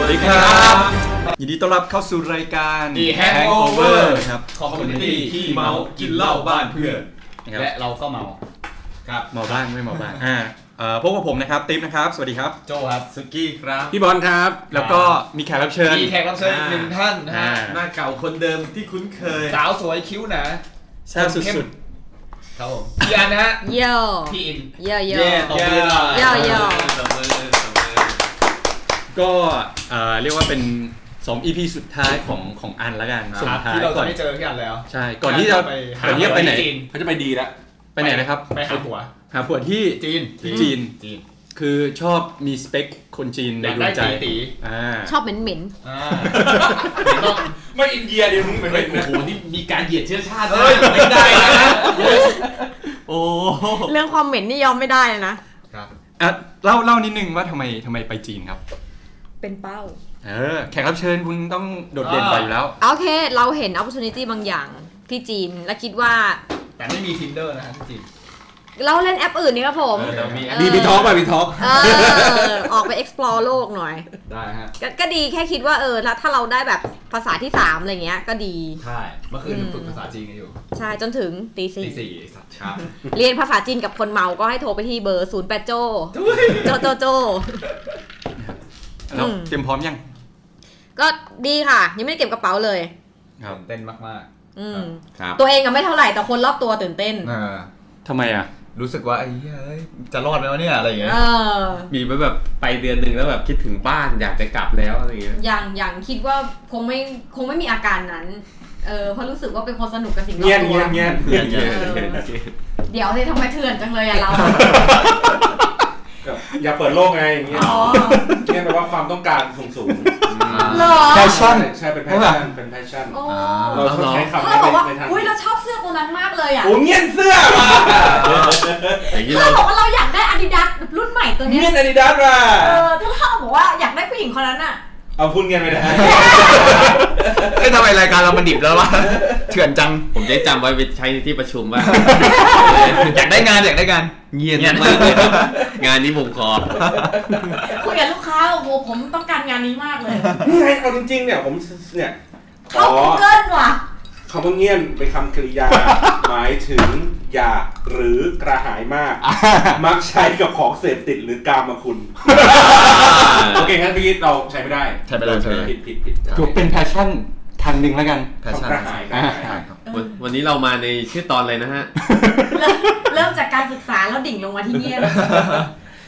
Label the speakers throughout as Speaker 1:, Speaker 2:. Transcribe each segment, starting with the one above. Speaker 1: วัสดีครับ ยินดีต้อนรับเข้าสู่รายการ
Speaker 2: The Hangover
Speaker 1: ครับ
Speaker 2: คอมมูนิตี้ที่เมากินเหล้าบ้านเพื่อน
Speaker 1: นะครับ
Speaker 2: และเราก็เมาครับ
Speaker 1: เมาบ้างไม่เมาบ้างอ่าเอ่อพบกับผมนะครับติ๊บนะครับ สวัสดีครับ
Speaker 2: โจครับ
Speaker 3: สกี้ครับ
Speaker 1: พี่บอลครับ แล้วก็มีแขกรับเชิญ
Speaker 2: มีแขกรับเชิญหนึ่งท่านนะฮะ
Speaker 1: อ่า
Speaker 3: หน้าเก่าคนเดิมที่คุ้นเคย
Speaker 2: สาวสวยคิ้วหนา
Speaker 1: แซ่บสุด
Speaker 2: ครับผมพี่อันนะฮะ
Speaker 4: โย่
Speaker 2: พี่อิน
Speaker 4: โย่โย่
Speaker 2: เย่ตบมือหน่อย
Speaker 4: เย่เย่
Speaker 3: ตบมือตบมือ
Speaker 1: ๆ ก็เอ่อเรียกว่าเป็น 2 EP สุดท้ายของของอันละกัน
Speaker 2: ค
Speaker 1: สุ
Speaker 2: รั
Speaker 1: ด
Speaker 2: บ
Speaker 1: ท้าย
Speaker 2: ที่เรา
Speaker 1: ก่
Speaker 2: จะ
Speaker 1: อน
Speaker 2: ไม่เจอพี่อันแล้ว
Speaker 1: ใช่ก่อนที่จะ
Speaker 2: ไปหา
Speaker 1: ก่อนที่จะไปไหน
Speaker 2: จีน
Speaker 3: เขาจะไปดีแล้ว
Speaker 1: ไปไหนนะครับ
Speaker 2: ไปหาผัว
Speaker 1: หาผัวที่
Speaker 2: จีน
Speaker 1: จีน
Speaker 3: จีน
Speaker 1: คือชอบมีสเปคคนจีนในดวงใจ
Speaker 2: อยากได้ตี๋
Speaker 1: อ่า
Speaker 4: ชอบเหม็นเหม็น
Speaker 2: อ่า
Speaker 3: ไม่อินเดียเดี๋ยวมึงเป็น
Speaker 2: เฮ้ย
Speaker 3: โอ้
Speaker 2: โอ้
Speaker 3: โห
Speaker 2: โหนี่มีการเหยียดเชื้อชาตินะ
Speaker 3: เอ้ยไม่ได้นะ
Speaker 1: โอ้
Speaker 4: ๆเรื่องความเหม็นนี่ยอมไม่ได้เลยนะ
Speaker 2: ครับ
Speaker 1: อ่ะเล่าเล่านิดนึงว่าทำไมทำไมไปจีนครับ
Speaker 4: เป็นเป้า
Speaker 1: เออแขกรับเชิญคุณต้องโดดเด่นไปอยู่แล้ว
Speaker 4: โอเค เราเห็น opportunity บางอย่างที่จีน และคิดว่า
Speaker 2: แต่ไม่มี tinder นะฮะที่จีน
Speaker 4: เราเล่นแอปอื่นนี่ครับผม
Speaker 3: แต่มี
Speaker 4: มีมี
Speaker 3: มีมี
Speaker 4: ท็
Speaker 3: ท้อ
Speaker 4: องก
Speaker 3: ป่ะ
Speaker 4: ป่ะมี
Speaker 3: มี
Speaker 4: ท็
Speaker 3: ท้อก ง
Speaker 4: เออ ออกไป explore โลกหน่อย
Speaker 2: ได้ฮะ
Speaker 4: กก็ดีแค่คิดว่าเออแล้วถ้าเราได้แบบภาษาที่ 3 อะไรเงี้ย ก็ดี
Speaker 2: ใช่เมื่อคืนฝึกภาษาจีนกันอยู่
Speaker 4: ใช่จนถึงตีสี่
Speaker 2: ตีสี่สัตว์ครับ
Speaker 4: เรียนภาษาจีนกับคนเมาก็ให้โทรไปที่เบอร์0ูนย์แปดโจโจโจโจ
Speaker 1: แล้ว
Speaker 4: อืม
Speaker 1: เตรียมพร้อมยัง
Speaker 4: ก็ดีค่ะ ยังไม่ได้เก็บกระเป๋าเลย
Speaker 1: ครับ
Speaker 2: เต้นมาก
Speaker 4: อืม
Speaker 3: ครับ
Speaker 4: ตัวเองก็ไม่เท่าไหร่แต่คนรอบตัวตื่นเต้น
Speaker 2: ๆเออ
Speaker 1: ทำไมอ่ะ
Speaker 2: รู้สึกว่าไอ้เหี้ยเอ้ยจะรอดไหมวะเนี่ยอะไรอย่างเงี้ย
Speaker 4: เออ
Speaker 3: มีไปแบบไปเดือนหนึ่งแล้วแบบคิดถึงบ้านอยากจะกลับแล้วอะไรเงี้ย
Speaker 4: อย่างอย่างคิดว่าคงไม่คงไม่มีอาการนั้น เออเพราะรู้สึกว่าเป็นคนสนุกกับสิ่งรอ
Speaker 3: เงีย
Speaker 4: บ
Speaker 3: น
Speaker 4: ตัว
Speaker 3: เงียนเงียนเงียนเงียน
Speaker 4: เงียน เดี๋ยวเลยทำไมเถื่อนจังเลยอะเรา
Speaker 5: อย่าเปิดโลกไงอย่างเงี้ย
Speaker 4: อ๋อ
Speaker 5: เนี่ยแปลว่าความต้องการสูงสูง
Speaker 4: เหรอ
Speaker 1: แพชชั่น
Speaker 5: ใช่เป็นแพชชั่นเป็นแพชชั่น
Speaker 4: โอ้
Speaker 5: เราชอบใช้คำ
Speaker 4: ถ้า
Speaker 5: นี้
Speaker 4: เราบอกว่า
Speaker 5: ในทาง
Speaker 4: อุ้ยเราชอบเสื้อตัวนั้นมากเลยอะ
Speaker 5: โอ้เงี้ยนเสื้อมา
Speaker 2: อย่างนี้
Speaker 4: ถ้า
Speaker 2: เรา
Speaker 4: เราบอกว่าเราอยากได้อาดิดาสรุ่นใหม่ตัวเนี้ย
Speaker 5: เงี้ยนอาดิดาสมา
Speaker 4: เออถ้าเราบอกว่าอยากได้ผู้หญิงคนนั้นอะ
Speaker 5: เอาพูดเงี้ยนไปได้
Speaker 1: เอ้ยทำไมรายการเรามันดิบแล้ว วะ เถื่อนจัง
Speaker 3: ผมจะจำไว้ไปใช้ในที่ประชุมว่า
Speaker 1: อยากได้งานอยากได้งาน
Speaker 3: เงียนมากเลยครับงานนี้ผมขอ
Speaker 4: คุยกับลูกค้าโอ้โหผมต้องการงานนี้มากเลย
Speaker 5: นี่ไงเอาจริงๆเนี่ยผมเนี่ย
Speaker 4: เข้า Google ว่ะ
Speaker 5: คำว่าเงี้ยนเป็นคำกริ ยา หมายถึงอยากหรือกระหาย มาก มักใช้กับของเสพติดหรือกามคุณ โอเคงั้นพี่เราใช้ไม่ได้
Speaker 1: ใช้ไม่ได้ใช้ไม่ได้
Speaker 5: ผิดผิดผิด
Speaker 1: ถือเป็นแพชชั่นทางหนึ่งแล้วกัน
Speaker 5: คำกระหายกระหาย
Speaker 3: วันวันนี้เรามาในชื่อตอนเลยนะฮะ
Speaker 4: เริ่มเริ่มจากการศึกษาแล้วดิ่งลงมาที่เนี่ยเลย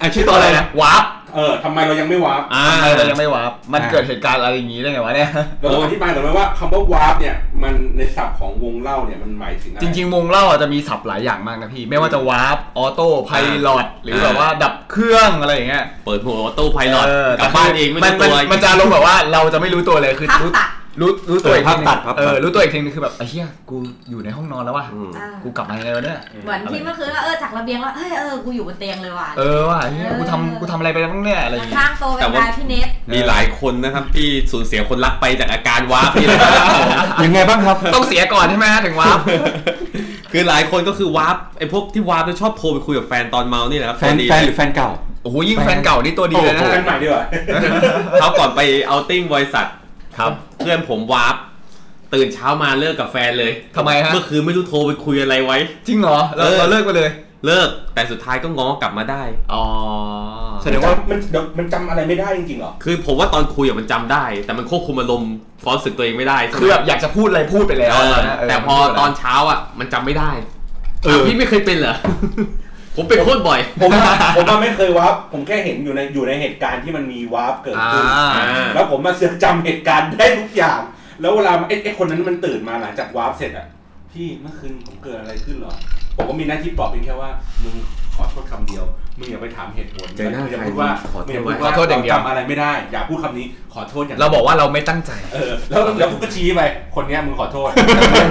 Speaker 1: อ่ะชื่อตอนอะไรนะวาร์ป
Speaker 5: เออทำไมเรายังไม่วาร์ป
Speaker 3: อ่า
Speaker 2: เรายังไม่วาร์ปมันเกิดเหตุการณ์อะไรอย่างนี้ได้ไงวะเนี่ย
Speaker 5: เราต้องอธิบายหน่อยไหมว่าคำว่าวาร์ปเนี่ยมันในศัพท์ของวงเล่าเนี่ยมันหมายถึงอะไร
Speaker 2: จริงๆวงเล่าอาจจะมีศัพท์หลายอย่างมากนะพี่ ไม่ว่าจะวาร์ปออโต้ไพลอตหรือแบบว่าดับเครื่องอะไรอย่างเงี้ย
Speaker 3: เปิดหัวออโต้ไพลอต
Speaker 2: เ
Speaker 3: กลับบ้านเองไม่
Speaker 2: มั
Speaker 3: รู้ตัว
Speaker 2: มันจะลงแบบว่าเราจะไม่รู้ตัวเลยคือ
Speaker 4: ภาพ
Speaker 2: รู้
Speaker 4: ตัด
Speaker 2: รู้รู้ตัว
Speaker 1: เปิ
Speaker 2: อี
Speaker 1: ด
Speaker 2: ก
Speaker 1: ภาพ
Speaker 2: ที
Speaker 1: ตัดครับ
Speaker 2: เออรู้ตัวอีกทีนึงคือแบบไอ้เหี้ยกูอยู่ในห้องนอนแล้วว่ะ
Speaker 4: อ่า
Speaker 2: กูกลับมายังไงวะเนี่ย
Speaker 4: เหมือนที่เมื่อคืนว่าเออจากระเบียงว่าเฮ้ยเออกูอยู่บนเตียงเลยว่ะ
Speaker 2: เออว่ะไอ้เหี้ยกูทำกูทำอะไรไปบ้างเนี่ยอะไรอย่างเงี้ย
Speaker 4: ข้างโตะเป็นลายพี่เนท
Speaker 3: มีหลายคนนะครับที่สูญเสียคนรักไปจากอาการวาร์ปนี่นะ
Speaker 1: ยังไงบ้างครับ
Speaker 2: ต้องเสียก่อนใช่ไหมถึงวาร์ป
Speaker 3: คือหลายคนก็คือวาร์ปไอ้พวกที่วาร์ปแล้วชอบโทรไปคุยกับแฟนตอนเมานี่แหละครับ
Speaker 1: แฟน
Speaker 3: ดี
Speaker 1: แฟนหรือแฟนเก่า
Speaker 2: โอ้โหยิ่งแฟนเก่านี่ตัวดีเลยนะ
Speaker 5: กันใหม่ดีกว่า
Speaker 3: เขาก่อนไปเอาติ้งบริษัทครับ เพื่อนผมวาร์ปตื่นเช้ามาเลิกกับแฟนเลย
Speaker 2: ทำไมฮะ
Speaker 3: เมื่อคืนไม่รู้โทรไปคุยอะไรไว้
Speaker 2: จริงเหรอเรา
Speaker 3: เออ
Speaker 2: เราเลิกไปเลย
Speaker 3: เลิกแต่สุดท้ายก็ง้อกลับมาได้
Speaker 2: อ๋อ
Speaker 1: แสดงว่า
Speaker 5: นเดี๋ยวมันจำอะไรไม่ได้จริงๆเหรอ
Speaker 3: คือผมว่าตอนคุยอะมันจำได้ แต่มันควบคุมอารมณ์ความรู้สึกตัวเองไม่ได้ใช่ไหม
Speaker 2: คือแบบอยากจะพูดอะไรพูดไปแล้ว
Speaker 3: เออ
Speaker 2: นะเ
Speaker 3: แต่พอตอนเช้าอ่ะ มันจำไม่ได้
Speaker 1: เออ
Speaker 3: ะพี่ไม่เคยเป็นเหรอ ผมเป็นโคตรบ่อย
Speaker 5: ผมอะผมอะไม่เคยวาร์ปผมแค่เห็นอยู่ในอยู่ในเหตุการณ์ที่มันมีวาร์ปเกิด
Speaker 2: อ่า
Speaker 5: ขึ้นแล้วผมมาเสือกจำเหตุการณ์ได้ทุกอย่าง แล้วเวลาไอ้ไอ้คนนั้นมันตื่นมาหลังจากวาร์ปเสร็จอ่ะพี่เมื่อคืนผมเกิดอะไรขึ้นเหรอผมก็มีหน้าที่ปลอบเพียงแค่ว่ามึงขอโทษคำเดียวมึงอย่าไปถามเหตุผลมึงอย่าพูดว่ามึงอย่าพูดว่าเราจำอะไรไม่ได้ อย่าพูดคำนี้ขอโทษอย่าง
Speaker 2: เราบอกว่าเราไม่ตั้งใจ
Speaker 5: เออแล้วแล้วกูก็ชี้ไป คนเนี้ยมึงขอโทษ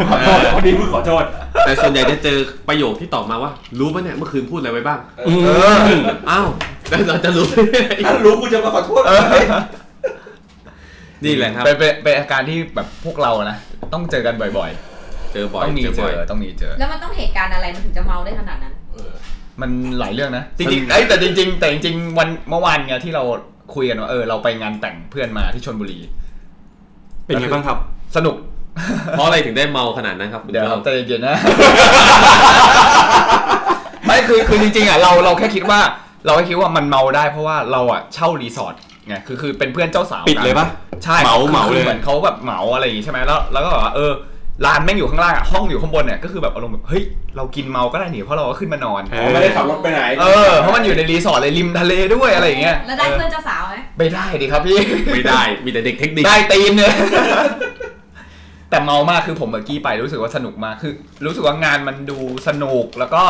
Speaker 5: ขอโทษคนนี้มึงขอโทษ
Speaker 3: แต่ส่วนใหญ่จะเจอประโยคที่ตอบมาว่า รู้ปะเนี่ยเมื่อคืนพูดอะไรไว้บ้าง
Speaker 5: เออ
Speaker 2: เออ
Speaker 3: อ้าวแล้วเราจะรู้
Speaker 5: ถ้ารู้กูจะมาขอโทษ
Speaker 3: นี่แหละครับ
Speaker 2: เป็นเป็นเป็นอาการที่แบบพวกเรานะต้องเจอกันบ่อย
Speaker 3: เจอ
Speaker 2: ๆ
Speaker 3: บ่อย
Speaker 2: ต้องมี
Speaker 3: เจอ
Speaker 2: เจ
Speaker 3: บ่อย
Speaker 2: อต้องมีเจอ
Speaker 4: แล้วมันต้องเหตุการณ์อะไรมันถึงจะเมาได้ขนาดนั้น
Speaker 5: เออ
Speaker 2: มันหลายเรื่องนะจ
Speaker 3: มั
Speaker 2: ริง
Speaker 3: น
Speaker 2: ๆเอ้ยแต่จริง ๆ แต่จริงๆวันเมื่อวานไงที่เรา คุยกันว่าเออเราไปงานแต่งเพื่อนมาที่ชนบุรี
Speaker 1: เป็นไงบ้างครับ
Speaker 2: สนุก
Speaker 3: เพราะอะไรถึงได้เมาขนาดนั้นครับคุณ
Speaker 2: เดี๋ยว
Speaker 3: เจ้า
Speaker 2: ใจเย็นๆนะ ไม่คือคือจริงๆอ่ะเราเราแค่คิดว่า เราแค่คิดว่ามันเมาได้เพราะว่าเราอ่ะเช่ารีสอร์ทไงคือคือเป็นเพื่อนเจ้าสาวกัน
Speaker 1: ปิดเลยปะ
Speaker 2: ใช่
Speaker 1: เหมา
Speaker 2: คือ
Speaker 1: เหมา
Speaker 2: คือ
Speaker 1: เลย
Speaker 2: เหมือนเขาแบบเหมาอะไรอย่างงี้ใช่ไหมแล้วแล้วก็แบบว่าเออร้านแม่งอยู่ข้างล่างอ่ะห้องอยู่ข้างบนเนี่ยก็คือแบบอารมณ์แบบเฮ้ยเรากินเมาก็ได้หนิเพราะเราก็ขึ้นมานอน
Speaker 1: เอ
Speaker 5: ผมไม่ได้ขับรถไปไหน
Speaker 2: เออเพราะมันอยู่ในรีสอร์ทเลยริมทะเลด้วยอะไรอย่างเงี้ย
Speaker 4: แล้วได้เพื่อ
Speaker 2: อ
Speaker 4: น
Speaker 2: อ
Speaker 4: เจ้าสาวไหม
Speaker 2: ไม่ได้ดิครับพี่
Speaker 3: ไม่ได้ มีแต่เด็กเทคนิค
Speaker 2: ได้ตีนเลย แต่เมามากคือผมเมื่อกี้ไปรู้สึกว่าสนุกมากคือ รู้สึกว่างานมันดูสนุกแล้วก็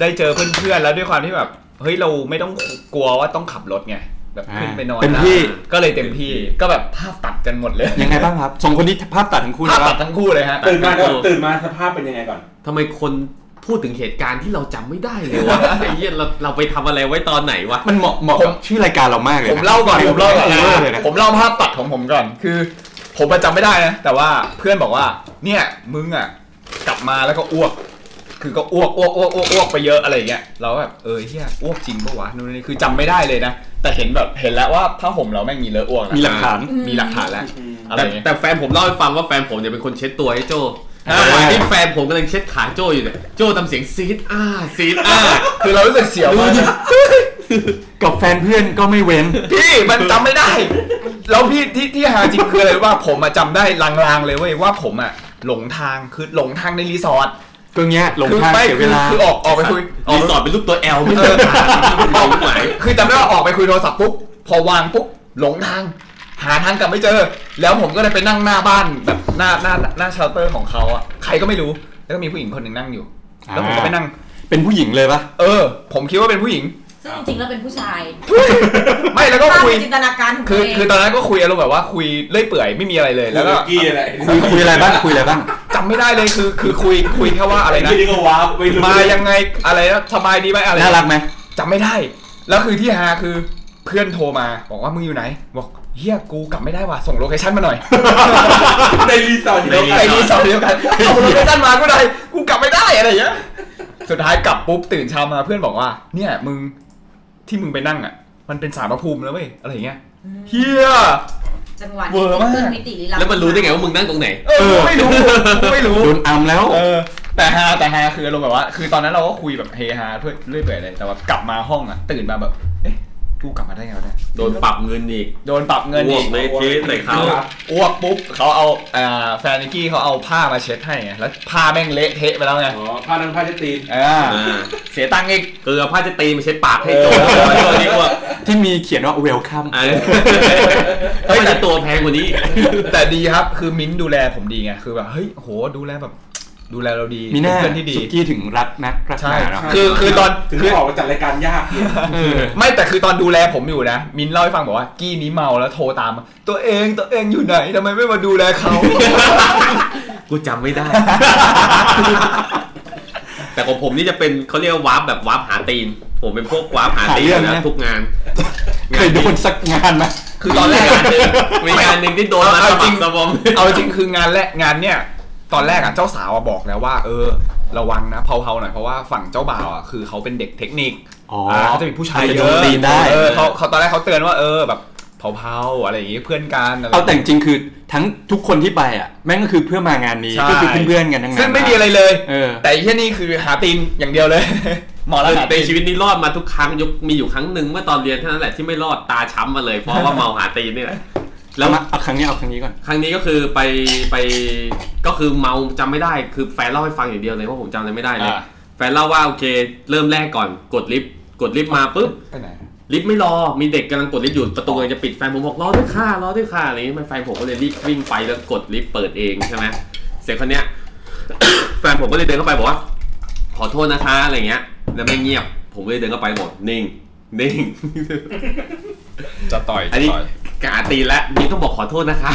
Speaker 2: ได้เจอเพื่อนๆแล้วด้วยความที่แบบเฮ้ยเราไม่ต้องกลัวว่าต้องขับรถไงแบบขึ้นไปนอน
Speaker 1: เต็ม
Speaker 2: นะ
Speaker 1: ที่
Speaker 2: ก็เลยเต็มที่ก็แบบภาพตัดกันหมดเลย
Speaker 1: ยังไงบ้างครับสองคนนี้ภาพตัดทั้งคู่
Speaker 2: ภา
Speaker 1: นะค
Speaker 2: พตั
Speaker 1: รั
Speaker 2: ด
Speaker 1: บ
Speaker 2: ทั้งคู่เลยฮะ
Speaker 5: ตื่นมา
Speaker 3: เออ
Speaker 5: ตื่นมาสภาพเป็นยังไงก่อน
Speaker 3: ทำไมคนพูดถึงเหตุการณ์ที่เราจำไม่ได้เลยวะ ไอ้เหี้ยเราเราไปทำอะไรไว้ตอนไหนวะ
Speaker 1: มันเหมาะเหมาะ
Speaker 2: ผม
Speaker 1: กับชื่อรายการเรามากเลย
Speaker 2: ผม
Speaker 1: นะ
Speaker 2: เล่าก่อนผมเล่าก่อน
Speaker 1: เออเลย
Speaker 2: นะ
Speaker 1: นะ
Speaker 2: ผมเล่าภาพตัดของผมก่อนคือ ผมประจำไม่ได้นะ แต่ว่าเพื่อนบอกว่า เนี่ยมึงอ่ะ กลับมาแล้วก็อ้วก คือก็อ้วกอ้วกอ้วกอ้วกอ้วกไปเยอะอะไรอย่างเงี้ยเราก็แบบเออเฮียอ้วกจริงปะวะนู่นนี่คือจำไม่ได้เลยนะ แต่เห็นแบบเห็นแล้วว่าผ้าห่มเราแม่งมีเลอะอ้วกนะ
Speaker 1: มีหลักฐาน
Speaker 2: มีหลักฐานแล้ว
Speaker 5: อืม
Speaker 2: อะไร
Speaker 3: แต่
Speaker 2: อย่างเงี้ย
Speaker 3: แต่แฟนผมเล่าให้ฟังว่าแฟนผมเนี่ยเป็นคนเช็ดตัวให้โจ
Speaker 2: อ่า
Speaker 3: ระหว่างที่แฟนผมกำลังเช็ดขาโจอยู่เนี่ย โจทำเสียงซีดอ้าซีดอ้า
Speaker 2: คือเรารู้สึกเสียวมาก
Speaker 1: กับแฟนเพื่อนก็ไม่เว้น
Speaker 2: พี่มันจำไม่ได้ แล้วพี่ที่ที่หาจริงคืออะไรรู้ป่ะผมอะจำได้ลางๆเลยเว้ยว่าผมอะหลงทางคือหลงทางในรีสอร์ท
Speaker 1: ก็เงี้ยหลง
Speaker 2: คือ
Speaker 1: ทาง
Speaker 2: ไม่
Speaker 1: เสียเวลา
Speaker 2: คือคือออกออกไปคุยออ
Speaker 3: รี
Speaker 2: ก
Speaker 3: สอร์ทเป็นรูปตัวแอลไม่ใช่
Speaker 2: ออก
Speaker 3: รูปหมาย
Speaker 2: คือจำได้ว่าออกไปคุยโทรศัพท์ปุ๊บพอวางปุ๊บหลงทาง หาทางกลับไม่เจอ แล้วผมก็เลยไปนั่งหน้าบ้านแบบหน้าหน้าหน้าเชาเตอร์ของเขาอะใครก็ไม่รู้ แล้วก็มีผู้หญิงคนหนึ่งนั่งอยู่ แล้วผมก็ไปนั่ง
Speaker 1: เป็นผู้หญิงเลยปะ
Speaker 2: เออ ผมคิดว่าเป็นผู้หญิง
Speaker 4: ซึ่งจริงๆแล้วเป็นผู้ชาย
Speaker 2: ไม่แล้วก็
Speaker 4: ภาพ
Speaker 2: คุย
Speaker 4: ในจินตนาการของ
Speaker 2: คื
Speaker 4: ตั
Speaker 2: อ
Speaker 4: วเอง
Speaker 2: คือตอนนั้นก็คุยอารมณ์แบบว่าคุยเลื่อยเปื่อยไม่มีอะไรเลยแล้วก็
Speaker 5: กี้อะไร
Speaker 1: คุยคุยอะไรบ้างคุยอะไรบ้าง
Speaker 2: จำไม่ได้เลยคือคือคุยคุยแค่ว่าอะไรนะ
Speaker 5: กี้นี่ก็ว้าวไม่รู้
Speaker 2: มายังไงอะไรนะสบายดีไหมอะไร
Speaker 1: น่ารักไหม
Speaker 2: จำไม่ได้ แล้วคือที่ฮาคือเพื่อนโทรมา บอกว่ามึงอยู่ไหน บอกเฮียกูกลับไม่ได้ว่ะส่งโลเคชั่นมาหน่อย
Speaker 5: ในรีสอร์ทอยู่แล้ว
Speaker 2: ไอ้นี่สองเดียวกันส่งโลเคชั่นมากูได้กูกลับไม่ได้อะไรอย่างเงี้ยสุดท้ายกลับปุ๊บตื่นเช้ามาเพื่อนบอกว่า เนี่ยมึงที่มึงไปนั่งอ่ะ มันเป็นสารพระภูมิแล้วเว้ยอะไรอย่างเงี้ยเฮีย
Speaker 4: จังหวะ
Speaker 2: เวอร์มาก
Speaker 4: ขึ้นมิติลี้ลับ
Speaker 3: แล้วมันรู้ได้ไงว่ามึงนั่งตรงไหน
Speaker 2: เออกูไม่รู้กูไม่รู้
Speaker 1: โดนอัมแล้ว
Speaker 2: เออแต่ฮาแต่ฮาคืออารมณ์แบบว่า คือตอนนั้นเราก็คุยแบบเฮฮาเพื่อเรื่อยเปื่อยเลยแต่ว่ากลับมาห้องอ่ะ ตื่นมาแบบเอ๊ะกูกลับมาได้ไงวะเนี่ย
Speaker 3: โดนปรับเงินอีก
Speaker 2: โดนปรับเงิน
Speaker 3: อ้ว
Speaker 2: อี
Speaker 3: ก
Speaker 2: ก
Speaker 3: เลยทีใส่เขา
Speaker 2: อ้วกปุ๊บเขาเอาเอ่อแฟนนิกกี้เขาเอาผ้ามาเช็ดให้ไงแล้วผ้าแม่งเละเทะไปแล้วไง
Speaker 5: อ๋อผ้านังผ้าเช็ดตีน
Speaker 2: อ่า
Speaker 3: อ่า
Speaker 2: เสียตังค์อีก
Speaker 3: เกลือผ้าจะตีมาเช็ดปากให้โจ
Speaker 2: เออ
Speaker 3: โจนี่ว่า
Speaker 1: ที่มีเขียนว่า welcome
Speaker 3: เออแล้วมันจะตัวแพงกว่านี้อีก
Speaker 2: แต่ ดีครับคือมิ้นท์ดูแลผมดีไงคือแบบเฮ้ยโหดูแลแบบ ดูแลเราดี
Speaker 1: มีหน้า
Speaker 2: เป็เพื่อนที่ดี
Speaker 1: สุกี้ถึงรักนักรักห
Speaker 2: ใช่
Speaker 1: นาเนาะ
Speaker 2: คือคือตอน
Speaker 5: ถึง
Speaker 2: คือ
Speaker 5: ออกมาจัดรายการยากเนี่ย
Speaker 1: เออ
Speaker 2: ไม่แต่คือตอนดูแลผมอยู่นะ มิ้นท์เล่าให้ฟังบอกว่ากี้นี้เมาแล้วโทรตามมาตัวเองตัวเองอยู่ไหนทำไมไม่มาดูแลเขา
Speaker 3: กูจำไม่ได้ แต่ของผมนี่จะเป็นเขาเรียกว่าวาร์ปแบบวาร์ปหาตีน ผมเป็นพวกวาร์ปหาตีน
Speaker 1: หาเรื่อง
Speaker 3: นะ
Speaker 1: นะ
Speaker 3: ทุกงาน
Speaker 1: เคยโดนสักงานไหม
Speaker 2: คือตอนแรกอะ
Speaker 3: มีงานหนึ่งมีงานหนึ่งที่โดนมา
Speaker 2: เอา
Speaker 3: สะ
Speaker 2: จริ
Speaker 3: บั
Speaker 2: ง
Speaker 3: กสะบอม
Speaker 2: เอาจริงคืองานแรกงานเนี่ยตอนแรกอ่ะเจ้าสาวอ่ะบอกแล้วว่า เออ ระวังนะเผาๆหน่อยเพราะว่าฝั่งเจ้าบ่าวอ่ะคือเขาเป็นเด็กเทคนิค
Speaker 1: อ๋ออ่
Speaker 2: าเขาจะมีผู้ชาย
Speaker 1: อาจจะ
Speaker 2: เย
Speaker 1: โดน
Speaker 2: อะ
Speaker 1: ตีนได้
Speaker 2: เออเขาเขาตอนแรกเขาเตือนว่าเออแบบเผาๆอะไรอย่างงี้เพื่อนกันอะไร
Speaker 1: เอาแต่จริงๆคือทั้งทุกคนที่ไปอ่ะ แม่งก็คือเพื่อมางานนี้
Speaker 2: ใช่
Speaker 1: ก็คือเพื่อนๆกันทั้งนั้น
Speaker 2: ซึ่งไม่มีอะไรเลย
Speaker 1: เออ
Speaker 2: แต่ไอ้ที่นี่คือหาตีนอย่างเดียวเลย หมอแล้วหา
Speaker 3: ใน
Speaker 2: ตีน
Speaker 3: ชีวิตนี้รอดมาทุกครั้งยกมีอยู่ครั้งหนึ่งเมื่อตอนเรียนเท่านั้นแหละที่ไม่รอดตาช้ำมาเลย เพราะว่าเมาหาตีนนี่แหละ แล้
Speaker 1: แล้ว
Speaker 3: ว
Speaker 1: มาเอาครั้งนี้เอาครั้งนี้ก่อน
Speaker 3: ครั้งนี้ก็คือไปไปก็คือเมาจำไม่ได้คือแฟนเล่าให้ฟังอย่างเดียวเลยเพราะผมจำอะไรไม่ได้เลย
Speaker 2: อ่ะ
Speaker 3: แฟนเล่าว่าโอเค เริ่มแรกก่อนกดลิฟต์กดลิฟต์มาปุ๊บ
Speaker 2: ไปไหน
Speaker 3: ลิฟต์ไม่รอ มีเด็กกำลังกดลิฟต์อยู่ ประตูกำลังจะปิด แฟนผมบอกรอด้วยค่ะ รอด้วยค่ะอะไรอย่างนี้แฟนผมก็เลยรีบวิ่งไปแล้วกดลิฟต์เปิดเองใช่ไหมเสร็จคนเนี้ย แฟนผมก็เลยเดินเข้าไปบอกว่า ขอโทษนะคะอะไรเงี้ย แล้วไม่เงียบ ผมก็เลยเดินเข้าไปบอกนิ่ง นิ่ง
Speaker 2: จะต่อย
Speaker 3: อันนี้
Speaker 2: ต่ย
Speaker 3: กาตีนแล้วนี่ต้องบอกขอโทษนะคะ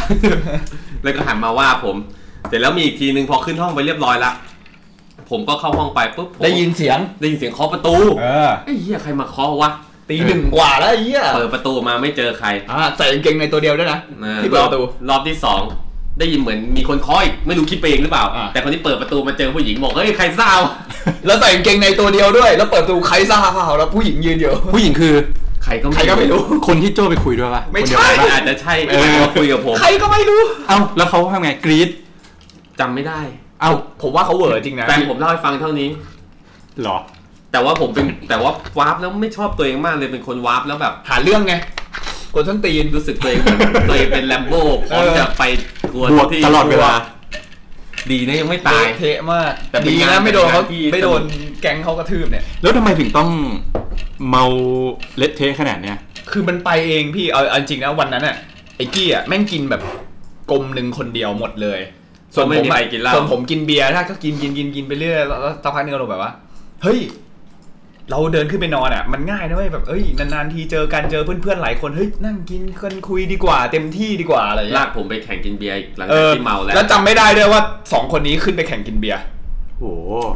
Speaker 3: แล้วก็หันมาว่าผม เสร็จแล้วมีอีกทีนึงพอขึ้นห้องไปเรียบร้อยละ ผมก็เข้าห้องไปปุ๊บผม
Speaker 2: ได้ยินเสียง
Speaker 3: ได้ยินเสียงเคาะประตู
Speaker 2: เออ
Speaker 3: ไอ้เหี้ยใครมาเคาะวะ
Speaker 2: ตีหนึ่งกว่าแล้วไอ้เหี้ย
Speaker 3: เปิดประตูมาไม่เจอใคร
Speaker 2: อ่าใส่กางเกงในตัวเดียวด้วยนะ
Speaker 3: อ่า
Speaker 2: ที่เปิดประตู
Speaker 3: อบรอบที่สองได้ยินเหมือนมีคนเคาะอีกไม่รู้คิดไปเองหรือเปล่า
Speaker 2: อ่า
Speaker 3: แต่คนที่เปิดประตูมาเจอผู้หญิงบอกเฮ้ยใครเศร้า
Speaker 2: แล้วใส่กางเกงในตัวเดียวด้วย แล้วเปิดประตูใครซ่าเปล่าแล้วผู้หญิงยืนอยู่
Speaker 1: ผู้หญิงคือ
Speaker 3: ใคร รก็
Speaker 2: ใครก็ไม่รู้
Speaker 1: คนที่โจ้ไปคุยด้วยป่ะ
Speaker 2: ไม่
Speaker 1: คน
Speaker 2: ใช่
Speaker 1: เดียวกันปะ
Speaker 3: มันอาจจะใช่
Speaker 1: เออ
Speaker 3: มาคุยกับผม
Speaker 2: ใครก็ไม่รู้
Speaker 1: เอ้าแล้วเขาทำไงกรี๊ด
Speaker 3: จำไม่ได้
Speaker 2: เอ้าผมว่าเขาเหวอจริงนะ
Speaker 3: แฟนผมเล่าให้ฟังเท่านี้
Speaker 1: เหรอ
Speaker 3: แต่ว่าผมเป็นแต่ว่าวาร์ปแล้วไม่ชอบตัวเองมากเลยเป็นคนวาร์ปแล้วแบบ
Speaker 2: หาเรื่องไงกดส้นตีน
Speaker 3: รู้สึกตัวเองเหมือนตัวเองเป็นแลมโบ้พร้อม
Speaker 2: เออ
Speaker 3: จะไปกลัว
Speaker 1: บวก
Speaker 3: ที่
Speaker 1: ตลอดเวลา
Speaker 3: ดีนะยังไม่
Speaker 2: ตา
Speaker 3: ตาย
Speaker 2: ยเทะมาก
Speaker 3: แต่เป็น
Speaker 2: ดี
Speaker 3: งา
Speaker 2: นะ
Speaker 3: น
Speaker 2: ไม่โดนเขา
Speaker 3: เป็นงานที่
Speaker 2: ไม่โดนแก๊งเขากระทืบเนี่ย
Speaker 1: แล้วทำไมถึงต้องเมาเละเทะขนาดเนี้ย
Speaker 2: คือมันไปเองพี่เอาเอาจริงนะวันนั้นอ่ะไอ้กี้อ่ะแม่งกินแบบกลมหนึ่งคนเดียวหมดเลย ส่วน
Speaker 3: ไม่
Speaker 2: ผม
Speaker 3: มี
Speaker 2: อะ
Speaker 3: ใครกินเหล้า
Speaker 2: ส่วนผมกินเบียร์ถ้าก็กินกินกินกินไปเรื่อยแล้วแล้วสักพักหนึงก็ลงแบบว่าเฮ้ย เราเดินขึ้นไปนอนอ่ะ มันง่ายนะเว้ยแบบเอ้ยนานๆทีเจอกันเจอเพื่อนๆหลายคนเฮ้ยนั่งกินกันคุยดีกว่า เต็มที่ดีกว่าอะไรอย่างเงี้
Speaker 3: ลาย กผมไปแข่งกินเบียร์อีกหลัง
Speaker 2: เอ
Speaker 3: จาก
Speaker 2: อ
Speaker 3: ที่เมาแล้ว
Speaker 2: แล้วจำไม่ได้ด้วยว่าสองคนนี้ขึ้นไปแข่งกินเบียร์
Speaker 1: โห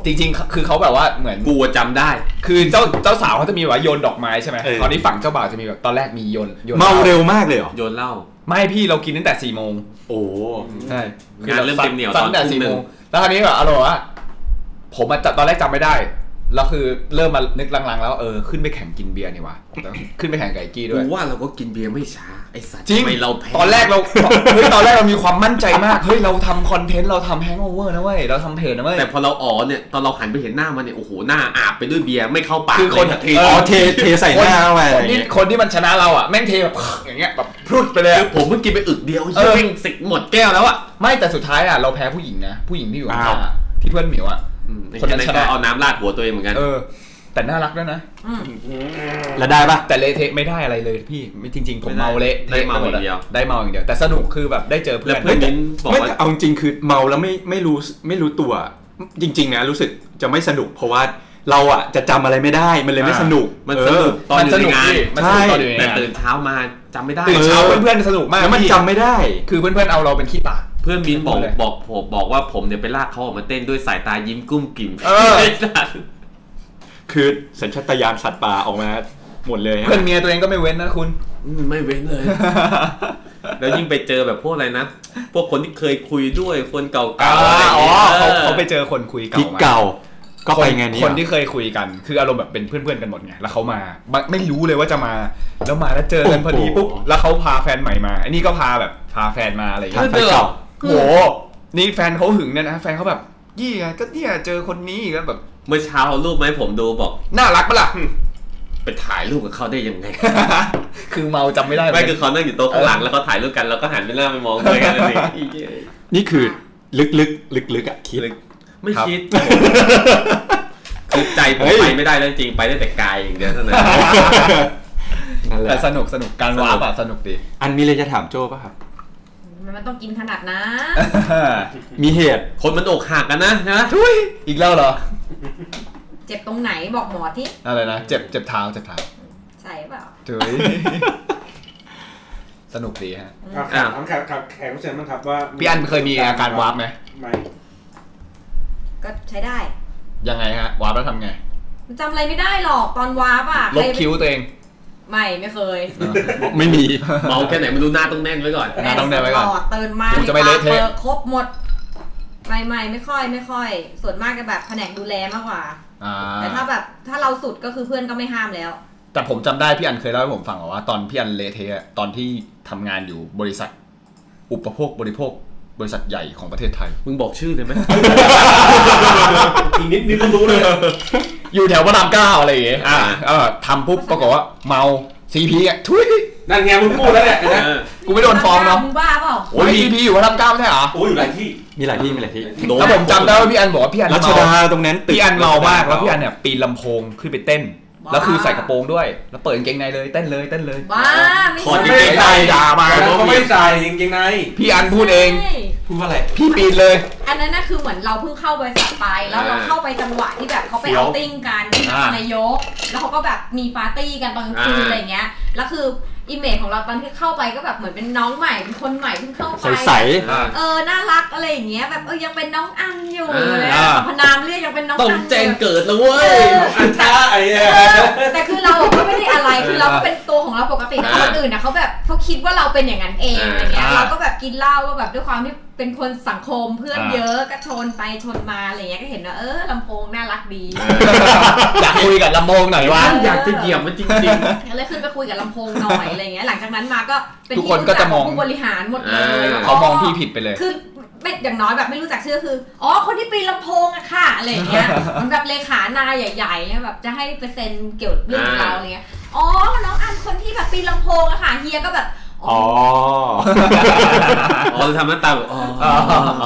Speaker 2: จริงๆ คือเขาแบบว่าเหมือน
Speaker 3: กูจำได้
Speaker 2: คือเจ้าเจ้าสาวเขาจะมีแบบว่าโยนดอกไม้ใช่ไหม
Speaker 1: เออ
Speaker 2: คราวนี้ฝั่งเจ้าบ่าวจะมีแบบตอนแรกมีโยนโยน
Speaker 1: เมาเร็วมากเลยเหรอ
Speaker 3: โยนเหล้า
Speaker 2: ไม่พี่เรากินตั้งแต่สี่โมง
Speaker 1: โอ้
Speaker 2: ใช่
Speaker 3: งานเริ่มเต็มเหนี่ยวตอน
Speaker 2: สั่งแต่
Speaker 3: ทุ่ม
Speaker 2: สี่
Speaker 3: หนึ่
Speaker 2: โม
Speaker 3: ง
Speaker 2: งแล้วคราวนี้แบบอารมณ์ว่าผมอะจำตอนแรกจำไม่ได้ แล้วคือเริ่มมานึกลังๆ แล้วเออขึ้นไปแข่งกินเบียร์นี่หวะ ขึ้นไปแข่งไก่กี้ด้
Speaker 3: กู
Speaker 2: วย
Speaker 3: ว่าเราก็กินเบียร์ไม่ช้าไอสัตว์
Speaker 2: จริง
Speaker 3: ทำไมเราแพ้
Speaker 2: ตอนแรกเราเฮ้ยตอนแรกเรามีความมั่นใจมาก เฮ้ยเราทำคอนเทนต์เราทำแฮงโอเวอร์นะเว้ยเราทำเพจนะเว้ย
Speaker 3: แต่พอเราอ๋อเนี่ยตอนเราหันไปเห็นหน้ามันเนี่ยโอ้โหหน้าอาบไปด้วยเบียร์ไม่เข้าปาก
Speaker 2: คือคน
Speaker 3: เลยสักที
Speaker 1: อ๋อเทเทใส่หน้าเข้าไป
Speaker 2: ค
Speaker 1: อะไร
Speaker 2: น
Speaker 1: อย่าง
Speaker 2: ที่
Speaker 1: เงี้ย
Speaker 2: คนที่มันชนะเราอ่ะแม่งเทแบบ อย่างเงี้ยแบบพรุดไปเลย
Speaker 3: คือ
Speaker 2: อะ
Speaker 3: ผมเพิ่งกินไปอึกเดียว
Speaker 2: เอ
Speaker 3: เฮ้
Speaker 2: อ
Speaker 3: ยวิ่งสิกหมดแก้วแล้วอ่ะ
Speaker 2: ไม่แต่สุดท้ายอ่ะเราแพ้ผู้หญิงนะผู้หญิงที่อยู่ข้างๆอะที่เพื่อนหมิวอ่ะ คนนั้นชนะ
Speaker 3: ก็เอาน้ำราดหัวตัวเองเหมือนกัน
Speaker 2: เออ แต่น่ารักด้วยนะ
Speaker 4: อืม
Speaker 1: แล้วได้ปะ
Speaker 2: แต่เละเทะไม่ได้อะไรเลยพี่ไม่จริง ๆ ผมเมาเละ
Speaker 3: ได้
Speaker 2: ทะ
Speaker 3: เมา
Speaker 2: ไปห
Speaker 3: อย่าง
Speaker 2: ดะ
Speaker 3: เดียว
Speaker 2: ได้เมาอย่างเดียว แต่สนุกคือแบบได้เจอเพื่อ
Speaker 3: แล้
Speaker 2: น
Speaker 3: วเพื่อน
Speaker 1: ไม่แต่
Speaker 3: มิ้นบอก
Speaker 1: ไม่
Speaker 3: ว่า
Speaker 1: แต่เอาจริงๆคือเมาแล้วไม่ไม่รู้ไม่รู้ตัว จริง ๆ นะ รู้สึกจะไม่สนุกเพราะว่าเราอ่ะจะจำอะไรไม่ได้มันเลยไม่สนุก
Speaker 3: มัน
Speaker 1: เออ
Speaker 3: สนุก ตอน
Speaker 2: มั
Speaker 3: อ
Speaker 2: ส
Speaker 3: ยู่ใน
Speaker 2: นุก
Speaker 3: งาน
Speaker 2: พี่มันสนุกตอนอยู่ใน
Speaker 3: แต่
Speaker 2: งาน
Speaker 3: ตื่นเช้ามาจำไม่ได้
Speaker 2: ตื่นเช้า
Speaker 1: เออ
Speaker 2: เพื่อนๆสนุกมาก
Speaker 1: แล้วมัน
Speaker 2: พี่
Speaker 1: จำไม่ได้
Speaker 2: คือเพื่อนๆเอาเราเป็นขี้ปาก
Speaker 3: เพื่อนมิ้นบอก
Speaker 2: เลย
Speaker 3: บอกผมบอกว่าผมเนี่ยไปลากเขาออกมาเต้นด้วยสายตายิ้มกุ้มกิ่ม
Speaker 2: เออ
Speaker 3: ไสัส
Speaker 1: คือสัญชาตญาณสัตว์ป่าออกมาหมดเลยฮะ
Speaker 2: เพื่อนเมียตัวเองก็ไม่เว้นนะคุณ
Speaker 3: ไม่เว้นเลย แล้วยิ่งไปเจอแบบพวกอะไรนะ พวกคนที่เคยคุยด้วยคนเก่าๆ
Speaker 2: อ่า
Speaker 3: อะไรอย่าง
Speaker 2: อ๋อ
Speaker 3: เงี้ย
Speaker 2: เขาเขาไป
Speaker 3: เออ
Speaker 2: เจอคนคุยเก่า
Speaker 1: พิก
Speaker 2: มา
Speaker 1: เก่า ก็ไปไง
Speaker 2: คน
Speaker 1: นี้
Speaker 2: คนที่เคยคุยกัน คืออารมณ์แบบเป็นเพื่อนๆกันหมดไงแล้วเขามาไม่ไม่รู้เลยว่าจะมา แล้วมาแล้วเจอกันพอดีปุ๊บแล้วเขาพาแฟนใหม่มาไอ้นี่ก็พาแบบพาแฟนมาอะไรอย่างเงี้ย
Speaker 1: ทางไปเก่า
Speaker 2: โห นี่แฟนเขาหึงเนี่ยนะแฟนเขาแบบยี่ไงก็เนี่ยเจอคนนี้อีกแล้วแบบ
Speaker 3: เมื่อเช้าเอารูปมาให้ผมดูบอก
Speaker 2: น่ารักปะล่ะ
Speaker 3: ไปถ่ายรูปกับเขาได้ยังไง
Speaker 2: คือเมาจำไม่ได้
Speaker 3: ไม่
Speaker 2: เว้ย
Speaker 3: คือเขานั่งอยู่โต๊ะข้างหลังแล้วเขาถ่ายรูปกันแล้วก็หันไปหน้าไปมองด้วยกันอะไรอย่างเงี้ย
Speaker 1: นี่คือลึกๆลึกๆอ่ะคิด
Speaker 3: ไม่คิดคือใจผม
Speaker 1: เฮ้ย
Speaker 3: ไปไม่ได้แล้วจริงๆไปได้แต่กายอย่างเดียวเท่านั้น
Speaker 1: นั่นแห
Speaker 2: แต่
Speaker 1: ละ
Speaker 2: สนุกสนุกการว้าแบบสนุกดี
Speaker 1: อันมีเลยจะถามโจ้ป่ะครับ
Speaker 4: มันต้องกินขนาดนะ
Speaker 1: มีเหตุ
Speaker 3: คนมันอกหักกันนะนะ
Speaker 2: ทุยอีกแล้วเหรอ
Speaker 4: เจ็บตรงไหนบอกหมอที่
Speaker 2: อะไรนะ เจ็บเจ็บเท้าเจ็บเท้า
Speaker 4: ใส่เปล่า
Speaker 2: ทุ ยสนุกดีฮะ
Speaker 5: ครับ
Speaker 3: อ่ะ
Speaker 5: ถามแขกครับแขกรับเชิญบ้างครับว่า
Speaker 2: พี่อันเคยมีอาการว้าร์ปไหม
Speaker 5: ไม่
Speaker 4: ก็ใช้ได้
Speaker 2: ยังไงฮะว้าร์ปแล้วทำไง
Speaker 4: จำอะไรไม่ได้หรอกตอนว้าป่ะ
Speaker 2: ล
Speaker 4: ใร
Speaker 2: บ
Speaker 4: ไป
Speaker 2: คิ้วตัวเอง
Speaker 4: ไม่ไม่เคย
Speaker 1: ไม่มี
Speaker 3: เมาแค่ไหนไม่รู้หน้าต้องแน่นไว้ก่อน
Speaker 2: อ่ะต้องเดินไว้ก่อน
Speaker 4: แม่สปร์ตตื่นมา
Speaker 2: กูจะไม่เละเทะ
Speaker 4: ตาปิดครบหมด ไม่ไม่ไม่ค่อย ไม่ค่อย ส่วนมากจะแบบแผนกดูแลมากกว่า
Speaker 2: อ่า
Speaker 4: แต่ถ้าแบบถ้าเราสุดก็คือเพื่อนก็ไม่ห้ามแล้ว
Speaker 2: แต่ผมจำได้พี่อันเคยเล่าให้ผมฟังว่าตอนพี่อันเลเทอะตอนที่ทำงานอยู่บริษัท อุปโภคบริโภค บริษัทใหญ่ของประเทศไทย
Speaker 3: มึงบอกชื่อเลยไหม
Speaker 5: อีกนิดนึงก็รู้เลย
Speaker 2: อยู่แถวพระรามเก้าอะไรอย่างเงี้ยอ่าเออทำปุ๊บปรากฏว่าเมาซีพีอ่ะทุย
Speaker 5: นั่นไงมึงพูดแล้วแหละเห็นไหม
Speaker 3: เออ
Speaker 2: กูไม่โดนฟ้องเนาะ
Speaker 4: มึงบ้าเปล่า
Speaker 2: โอ้ยซีพีอยู่พระรามเก้าไม่ใช่เหรอ
Speaker 5: โอ้ยอยู่หลายที่
Speaker 1: มีหลายที่มีหลายที่
Speaker 3: โดน
Speaker 2: แล้วผมจำได้ว่าพี่อันบอกว่าพี่อัน
Speaker 1: รัช
Speaker 2: เมา
Speaker 1: ดาตรงนั้นตึก
Speaker 2: พี่อันเมามากแล้วพี่อันเนี่ยปีนลำโพงขึ้นไปเต้น
Speaker 4: บ้า
Speaker 2: แล้วคือใส่กระโปรงด้วย แล้วเปิดกางเกงในเลยเต้นเลยเต้นเลย
Speaker 4: บ้าไม่
Speaker 3: ถอดกาง
Speaker 5: ไม่
Speaker 3: เกง
Speaker 5: ใส่
Speaker 3: ใน
Speaker 2: ด่ามา
Speaker 5: แต่เราก็ไม่ใส่จริงๆใน
Speaker 2: พี่อันพูดเอง
Speaker 4: ใช่
Speaker 1: พูดว่าอะไร
Speaker 2: พี่ปีนเลย
Speaker 4: อันนั้นน่ะคือเหมือนเราเพิ่งเข้าบริษัทไป แล้วเรา
Speaker 3: อ่า
Speaker 4: เข้าไปจังหวะที่แบบเขาไปเอาติ้งกันที่นค
Speaker 2: อ่า
Speaker 4: รนายก แล้วเขาก็แบบมีปาร์ตี้กันตอนกลางคืนอะไรเงี้ย แล้วคืออิมเมจของเราตอนที่เข้าไปก็แบบเหมือนเป็นน้องใหม่เป็นคนใหม่เพิ่งเข้าไป
Speaker 1: ใส
Speaker 3: อ่ะ
Speaker 4: เออน่ารักอะไรอย่างเงี้ยแบบเออยังเป็นน้องอันอยู่
Speaker 3: อ่า
Speaker 4: เลยอะสรรพนามเรียกยังเป็นน้อง
Speaker 3: ต้อง
Speaker 4: อัน
Speaker 3: แจ้ง
Speaker 4: อยู่
Speaker 3: เกิดแล้วเว้ย
Speaker 5: อันท้าไอ้เนี่ย
Speaker 4: แต่คือเราอะก็ไม่ได้อะไรคือเราก็เป็นตัวของเราปกติแต่
Speaker 3: อ่า
Speaker 4: คนอื่นน่ะเขาแบบเขา คิดว่าเราเป็นอย่างนั้นเอง
Speaker 3: อ่า
Speaker 4: อะไรเงี้ย
Speaker 6: อ่า
Speaker 4: เราก็แบบกินเหล้าก็แบบด้วยความที่เป็นคนสังคมเพื่อนเยอะก็ชนไปชนมาอะไรเงี้ยก็เห็นว่าเออลำโพงน่ารักดี
Speaker 2: อยากคุยกับลำโพงหน่อยว่า
Speaker 3: อยากจะเหยียบมันจริง
Speaker 4: ก็เลยขึ้นไปคุยกับลำโพงหน่อยอะไรเงี้ยหลังจากนั้นมาก็เป็น
Speaker 6: ทุกคนก็จะมอง
Speaker 4: ผู้บริหารหมดเลย
Speaker 3: เออ
Speaker 6: เขามองพี่ผิดไปเลย
Speaker 4: คือไม่อย่างน้อยแบบไม่รู้จักชื่อคืออ๋อคนที่ปีนลำโพงอะค่ะอะไรเงี้ยมันแบบเลขานายใหญ่ๆเนี่ยแบบจะให้เปอร์เซ็นต์เกี่ยวเรื่องของเราอะไรเงี้ยอ๋อน้องอันคนที่แบบปีนลำโพงอะค่ะเฮียก็แบบ
Speaker 1: อ๋อ
Speaker 3: ๆอ๋อทำหน้าตาแบบอ๋ออ